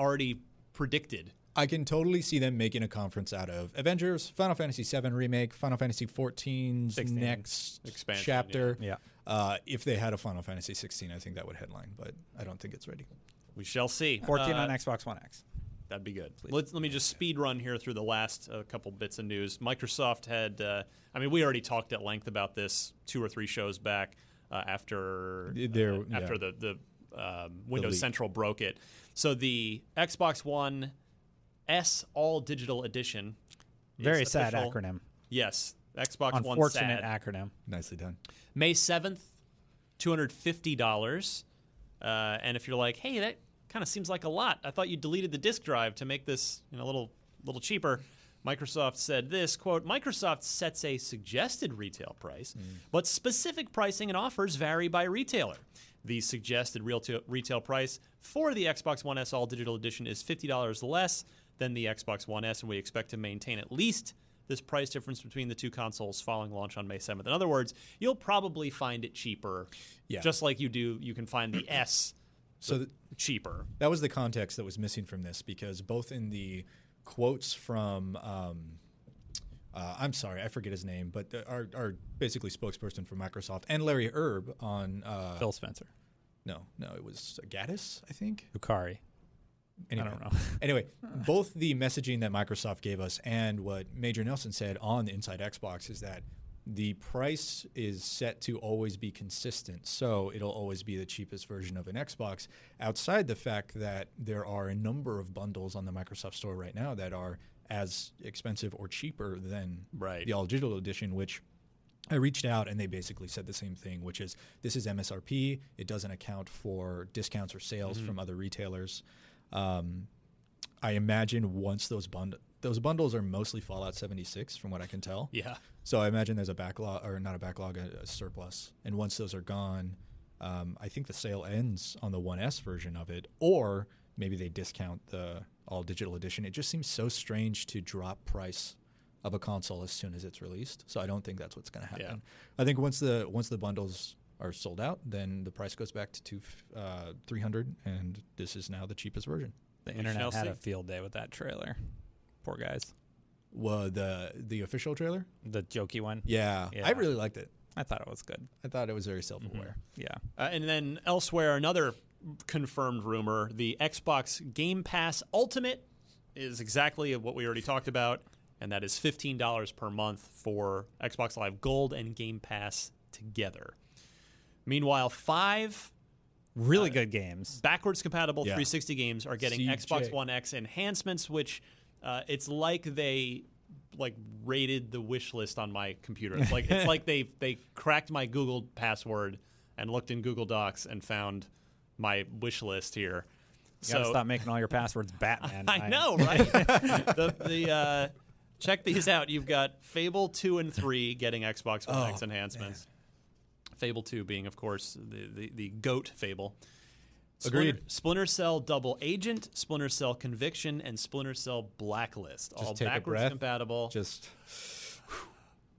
already predicted.
I can totally see them making a conference out of Avengers, Final Fantasy VII remake, Final Fantasy XIV's 's
16.
next
Expansion,
chapter.
yeah.
Uh, if they had a Final Fantasy 16, I think that would headline, but I don't think it's ready.
We shall see.
14
Uh,
on Xbox One X.
That'd be good. Let's, let me just speed run here through the last uh, couple bits of news. Microsoft had, uh, I mean, we already talked at length about this two or three shows back uh, after
Y- there-
uh, after
yeah.
the the um, Windows
leak.
Central broke it. So the Xbox One S All Digital Edition, is
Very sad
official.
acronym.
Yes, Xbox One
Unfortunate
sad.
acronym.
Nicely done.
May 7th, $250. Uh, and if you're like, hey, that kind of seems like a lot. I thought you deleted the disk drive to make this you know, a little, little cheaper. Microsoft said this quote Microsoft sets a suggested retail price, but specific pricing and offers vary by retailer. The suggested real to- retail price for the Xbox One S All Digital Edition is $50 less than the Xbox One S, and we expect to maintain at least this price difference between the two consoles following launch on May 7th. In other words, you'll probably find it cheaper,
Yeah.
just like you do. You can find the S
So th-
cheaper.
that was the context that was missing from this because both in the quotes from um, uh, I'm sorry, I forget his name, but the, our, our basically spokesperson for Microsoft and Larry Erb on uh,
Phil Spencer.
no, no, it was Gaddis, I think.
Ukari.
Anyway.
don't know.
(laughs) anyway, both the messaging that Microsoft gave us and what Major Nelson said on Inside Xbox is that the price is set to always be consistent. So it'll always be the cheapest version of an Xbox, outside the fact that there are a number of bundles on the Microsoft Store right now that are as expensive or cheaper than
Right.
the all digital edition, which I reached out and they basically said the same thing, which is this is MSRP. It doesn't account for discounts or sales from other retailers. Um, I imagine once those bund- those bundles are mostly Fallout 76, from what I can tell.
Yeah.
So I imagine there's a backlog, or not a backlog, a, a surplus. And once those are gone, um, I think the sale ends on the 1S version of it, or maybe they discount the all digital edition. It just seems so strange to drop price of a console as soon as it's released. So I don't think that's what's going to happen. I think once the once the bundles are sold out, then the price goes back to two, f- uh, 300, and this is now the cheapest version.
The
We shall
internet had a
see.
field day with that trailer. Poor guys.
Well, the the official trailer.
The jokey one.
Yeah,
Yeah.
I really liked it.
I thought it was good.
I thought it was very self aware.
Yeah.
Uh, and then elsewhere, another confirmed rumor the Xbox Game Pass Ultimate is exactly what we already talked about, and that is $15 per month for Xbox Live Gold and Game Pass together. Meanwhile, five
Really good games.
backwards compatible
Yeah.
360 games are getting
CJ.
Xbox One X enhancements, which uh, it's like they like raided the wish list on my computer. It's like
(laughs)
it's like they they cracked my Google password and looked in Google Docs and found my wish list here.
You gotta
so
(laughs)
(laughs) stop making all your passwords Batman.
I know, right? the the uh, check these out. You've got Fable 2 and 3 getting Xbox
Oh,
One X enhancements. Fable 2 being, of course, the, the, the GOAT Fable. Splinter,
Agreed.
Splinter Cell Double Agent, Splinter Cell Conviction, and Splinter Cell Blacklist. all
take a
backwards
breath.
compatible.
Just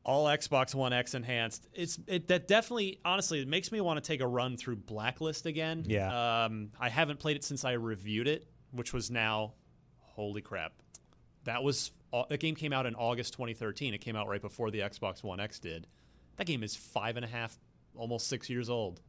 all Xbox One X enhanced. It's it that definitely honestly it makes me want to take a run through Blacklist again.
Yeah.
Um, I haven't played it since I reviewed it, which was now, holy crap, that was au- that game came out in August 2013. It came out right before the Xbox One X did. That game is five and a half, almost six years old.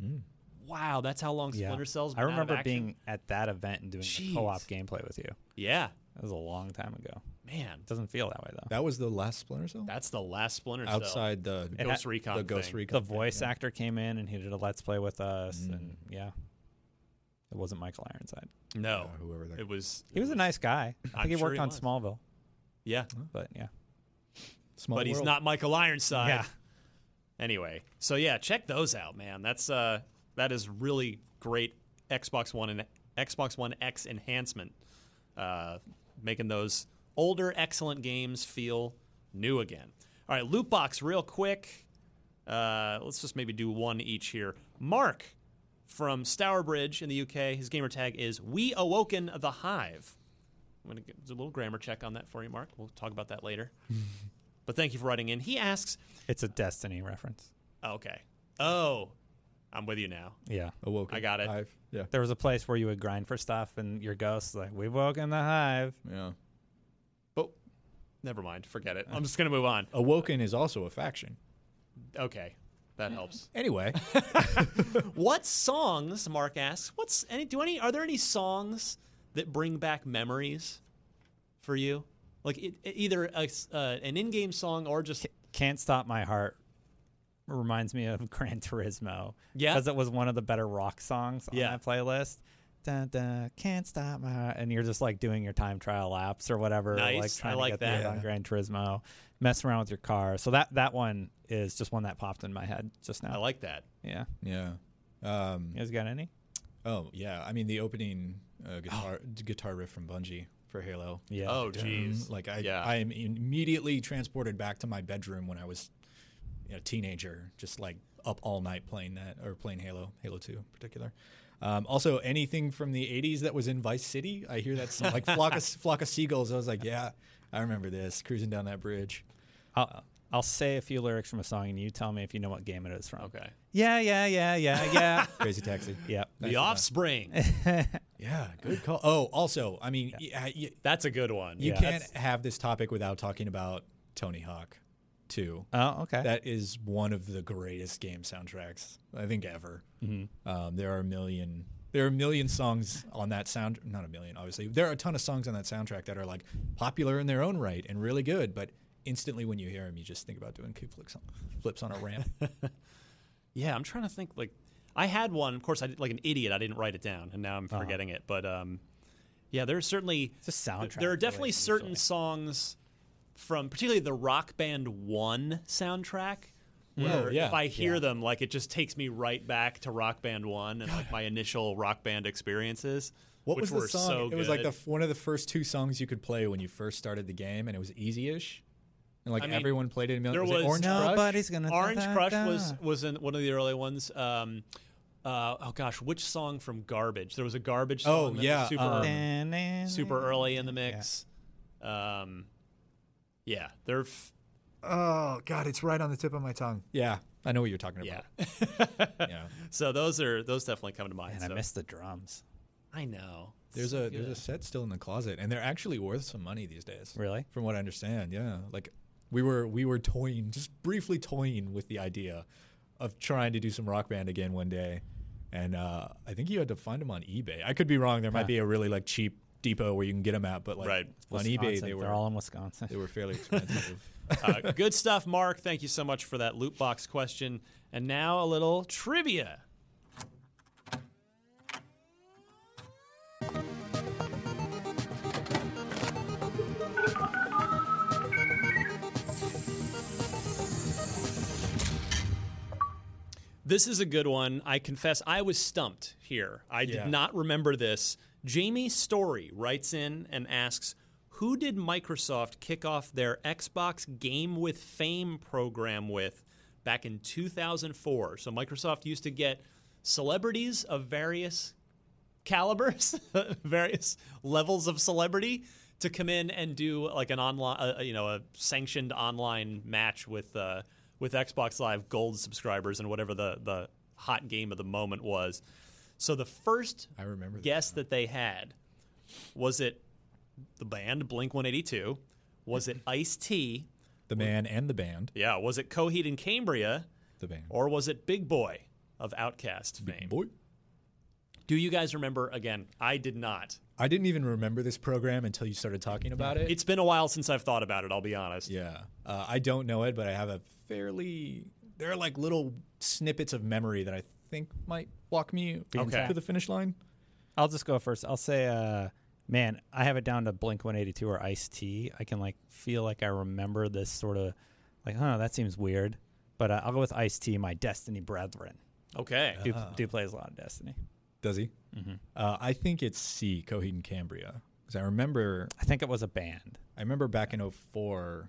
Wow, that's how long
Yeah.
Splinter Cell's
I
been out of
remember
action?
being at that event and doing the co-op
Jeez.
gameplay with you.
yeah,
That was a long time ago.
man.
Doesn't feel that way though.
that was the last Splinter Cell
That's the last Splinter Cell.
outside the
It
Ghost
ha-
Recon.
the Ghost
thing.
Recon.
the voice actor came in and he did a let's play with us, and yeah, it wasn't Michael Ironside.
No,
Uh, whoever that-
it was.
He was a nice guy. I
I'm
think he
sure
worked
he
on
was.
Smallville,
Yeah,
but yeah,
Small
but he's
world.
not Michael Ironside.
Yeah.
Anyway, so yeah, check those out, man. That's uh, that is really great Xbox One and Xbox One X enhancement, uh, making those older excellent games feel new again. All right, loot box real quick. Uh, let's just maybe do one each here. Mark from Stourbridge in the UK, his gamer tag is We Awoken the Hive. I'm going to do a little grammar check on that for you, Mark. We'll talk about that later. but thank you for writing in. He asks,
it's a Destiny reference.
Okay. Oh, I'm with you now.
Yeah,
awoken.
I got it.
Hive. Yeah,
there was a place where you would grind for stuff, and your ghosts like we've woken the hive.
yeah.
Never mind. Forget it. I'm just going to move on.
Awoken is also a faction.
Okay. That helps. (laughs)
Anyway,
What songs, Mark asks, what's any do any are there any songs that bring back memories for you? Like it, it- either a s uh, an in-game song or just
Can't Stop My Heart reminds me of (laughs) Gran Turismo.
Yeah.
Because it was one of the better rock songs on
Yeah.
that playlist. Dun, dun, can't stop my heart. And you're just like doing your time trial laps or whatever. Like
Nice. I
trying
like
to get there
that.
on Gran Turismo, messing around with your car. So that, that one is just one that popped in my head just now.
I like that.
yeah.
yeah. Um,
You guys got any?
oh yeah. I mean the opening uh, guitar guitar riff from Bungie for Halo.
Yeah.
Oh jeez.
Like I,
Yeah.
I am immediately transported back to my bedroom when I was a teenager, just like up all night playing that or playing Halo, Halo Two in particular. Um, also, anything from the '80s that was in Vice City, I hear that's like flock
(laughs)
of flock of seagulls. I was like, yeah, I remember this cruising down that bridge.
I'll, I'll say a few lyrics from a song and you tell me if you know what game it is from.
Okay.
Yeah, yeah,
(laughs)
yeah, yeah, yeah.
Crazy taxi.
yep.
The
(laughs)
Offspring.
Yeah, good call. Oh, also, I mean, yeah. you,
That's a good one.
you
Yeah.
can't have this topic without talking about Tony Hawk, too.
Oh, okay.
That is one of the greatest game soundtracks I think ever.
Mm-hmm.
Um, there are a million. There are a million songs on that sound. Not a million, obviously. There are a ton of songs on that soundtrack that are like popular in their own right and really good. But instantly, when you hear them, you just think about doing kickflips on, flips on
(laughs)
a ramp.
Yeah, I'm trying to think. Like, I had one. Of course, I did, like an idiot. I didn't write it down, and now I'm
Uh-huh.
forgetting it. But um, yeah, there's certainly
It's a
th-
soundtrack
There are
related
definitely certain
usually.
songs from, particularly the Rock Band One soundtrack. Where
yeah.
if I hear them, like it just takes me right back to Rock Band One and like my initial Rock Band experiences.
What
which
was
were
the song?
So
it was like the
good.
f- one of the first two songs you could play when you first started the game, and it was easy-ish, and like
I mean,
everyone played it. A million.
there
was
was-
it Orange Crush?
Nobody's gonna
Orange
da- da-
Crush was
da.
was in one of the early ones. Um, uh, oh gosh, which song from Garbage? There was a Garbage
Oh,
song. that was
yeah,
super
um,
super
Mm.
early in the mix. Yeah. Um, yeah, they're f-
Oh God, it's right on the tip of my tongue. Yeah, I know what you're talking
yeah. (laughs)
about. Yeah.
so those are those definitely come to mind.
And I
so-
missed the drums.
I know.
There's a there's a set still in the closet, and they're actually worth some money these days.
Really?
From what I understand, yeah. Like we were we were toying, just briefly toying with the idea of trying to do some rock band again one day, and uh, I think you had to find them on eBay. I could be wrong. There might be a really like cheap depot where you can get them at, but like
Right.
on eBay
Wisconsin.
they were
They're all in Wisconsin.
they were fairly
(laughs)
expensive.
uh, good stuff, Mark. Thank you so much for that loot box question. And now a little trivia. This is a good one. I confess I was stumped here. I did
Yeah.
not remember this. Jamie Story writes in and asks who did Microsoft kick off their Xbox Game with Fame program with back in 2004? So Microsoft used to get celebrities of various calibers, (laughs) various levels of celebrity to come in and do like an online, uh, you know, a sanctioned online match with uh, with Xbox Live Gold subscribers and whatever the the hot game of the moment was. So the first
I remember that.
guess that they had was it the band Blink 182? Was
(laughs)
it Ice T?
The man and the band.
Yeah. Was it Coheed and Cambria?
The band.
Or was it Big Boy of Outcast fame?
Boy.
Do you guys remember? Again, I did not.
I didn't even remember this program until you started talking about it.
It's been a while since I've thought about it. I'll be honest.
yeah. Uh, I don't know it, but I have a fairly. There are like little snippets of memory that I think might walk me
Okay.
to the finish line.
I'll just go first. I'll say, uh, man, I have it down to Blink 182 or Ice T. I can like feel like I remember this sort of like, huh, that seems weird. But uh, I'll go with Ice T, my Destiny brethren.
Okay. Uh,
Do, do plays a lot of Destiny.
Does he?
Mm-hmm.
Uh, I think it's C, Coheed and Cambria. Because I remember,
I think it was a band.
I remember back in 04.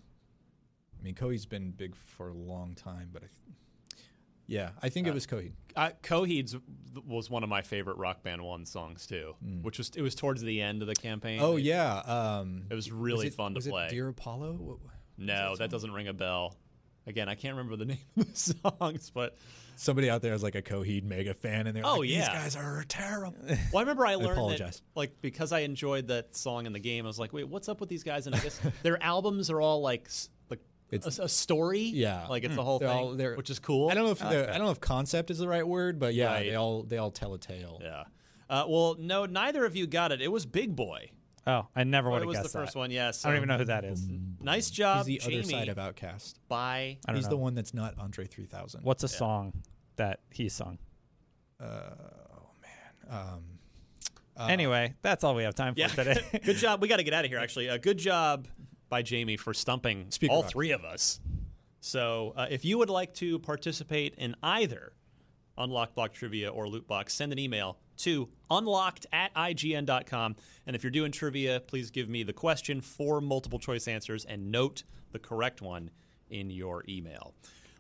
I mean, Coheed's been big for a long time, but I th- yeah, I think it was Coheed.
Uh, Coheed's was one of my favorite Rock Band One songs too, which was it was towards the end of the campaign.
Hmm. Oh yeah, um,
It was really fun to
was
play.
It Dear Apollo. What-
no, that doesn't ring a bell. Again, I can't remember the (laughs) name of the songs, but
Somebody out there is like a Coheed mega fan, and they're
Oh,
like, "These
yeah.
guys are
(laughs)
terrible."
well, I remember I learned
apologize.
that like because I enjoyed that song in the game, I was like, wait, what's up with these guys? And I guess (laughs) their albums are all like s- like
It's-
a, a story,
Yeah. Hmm.
like it's the whole
They're
thing,
all- they're-
which is cool.
I don't know if the, I don't know if concept is the right word, but yeah,
Right.
they all they all tell a tale.
yeah. Uh, well, no, neither of you got it. It was Big Boy.
Oh, I never would
It
have
was
guessed
the first
that.
one. Yes.
I don't even know who that is.
Nice job,
He's the
Jamie.
other side of Outcast.
by
I don't
He's
know.
the one that's not Andre 3000.
What's a song that he sung? Uh, oh man. Um, anyway, that's all we have time for
Yeah. (laughs)
today.
good job. We got to get out of here, actually. Uh, good job by Jamie for stumping
Speaker
all
box.
three of us. So uh, if you would like to participate in either Unlocked Block Trivia or Loot Box, send an email to unlocked at IGN.com. And if you're doing trivia, please give me the question for multiple choice answers and note the correct one in your email.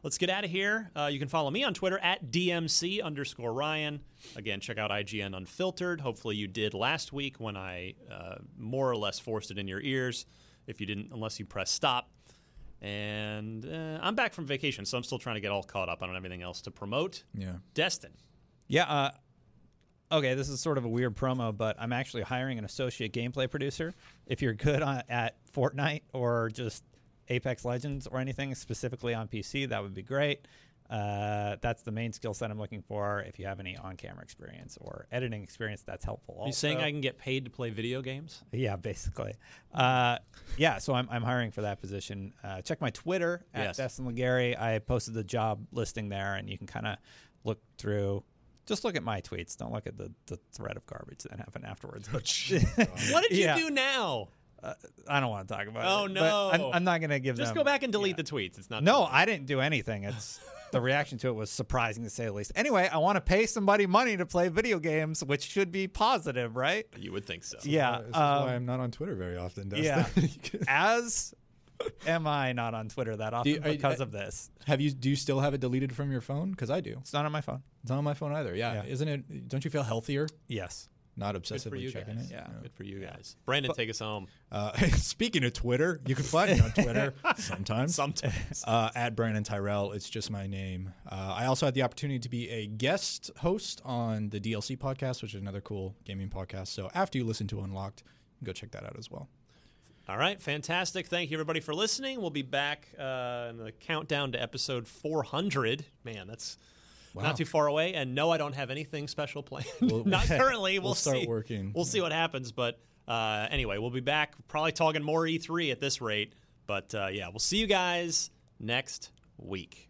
Let's get out of here. Uh, you can follow me on Twitter at DMC underscore Ryan. Again, check out IGN Unfiltered. Hopefully, you did last week when I uh, more or less forced it in your ears. If you didn't, unless you press stop. And uh, I'm back from vacation, so I'm still trying to get all caught up. I don't have anything else to promote.
Yeah.
Destin.
Yeah. Uh, okay, this is sort of a weird promo, but I'm actually hiring an associate gameplay producer. If you're good on, at Fortnite or just Apex Legends or anything specifically on PC, that would be great. Uh, that's the main skill set I'm looking for. If you have any on-camera experience or editing experience, that's helpful.
Are you
also.
saying I can get paid to play video
(laughs)
games?
Yeah, basically. Uh, yeah, so I'm, I'm hiring for that position. Uh, check my Twitter at
Yes.
Destin Legary. I posted the job listing there, and you can kind of look through. Just look at my tweets. Don't look at the, the thread of garbage that happened afterwards.
Oh,
(laughs)
What did you
Yeah.
do now?
I don't want to talk about it.
Oh,
but
no.
I'm, I'm not going to give
Just
them.
go back and delete the tweets. It's not.
(laughs) No, I didn't do anything. It's the reaction to it was surprising to say the least. Anyway, I want to pay somebody money to play video games, which should be positive, right?
you would think so.
Yeah.
This is
um,
why I'm not on Twitter very often. (laughs)
Yeah.
Dustin.
As am I not on Twitter that often
you- are you-
because
I-
of this.
have you? Do you still have it deleted from your phone? Because I do.
It's not on my phone.
It's not on my phone either. Yeah.
Yeah.
Isn't it? Don't you feel healthier?
Yes.
Not
Good for
obsessively
you
checking
guys.
it.
Yeah.
Good for you guys. Brandon, take us
(laughs)
home.
Uh, (laughs) speaking of Twitter, you can find me
(laughs)
on Twitter sometimes.
Sometimes.
uh, at Brandon Tyrell. It's just my name. Uh, I also had the opportunity to be a guest host on the DLC podcast, which is another cool gaming podcast. So after you listen to Unlocked, go check that out as well.
All right, fantastic. Thank you, everybody, for listening. We'll be back uh, in the countdown to episode 400. Man, that's not too far away. And no, I don't have anything special planned. (laughs) not currently. We'll,
we'll start
see.
working.
We'll see what happens. But uh, anyway, we'll be back probably talking more E3 at this rate. But uh, yeah, we'll see you guys next week.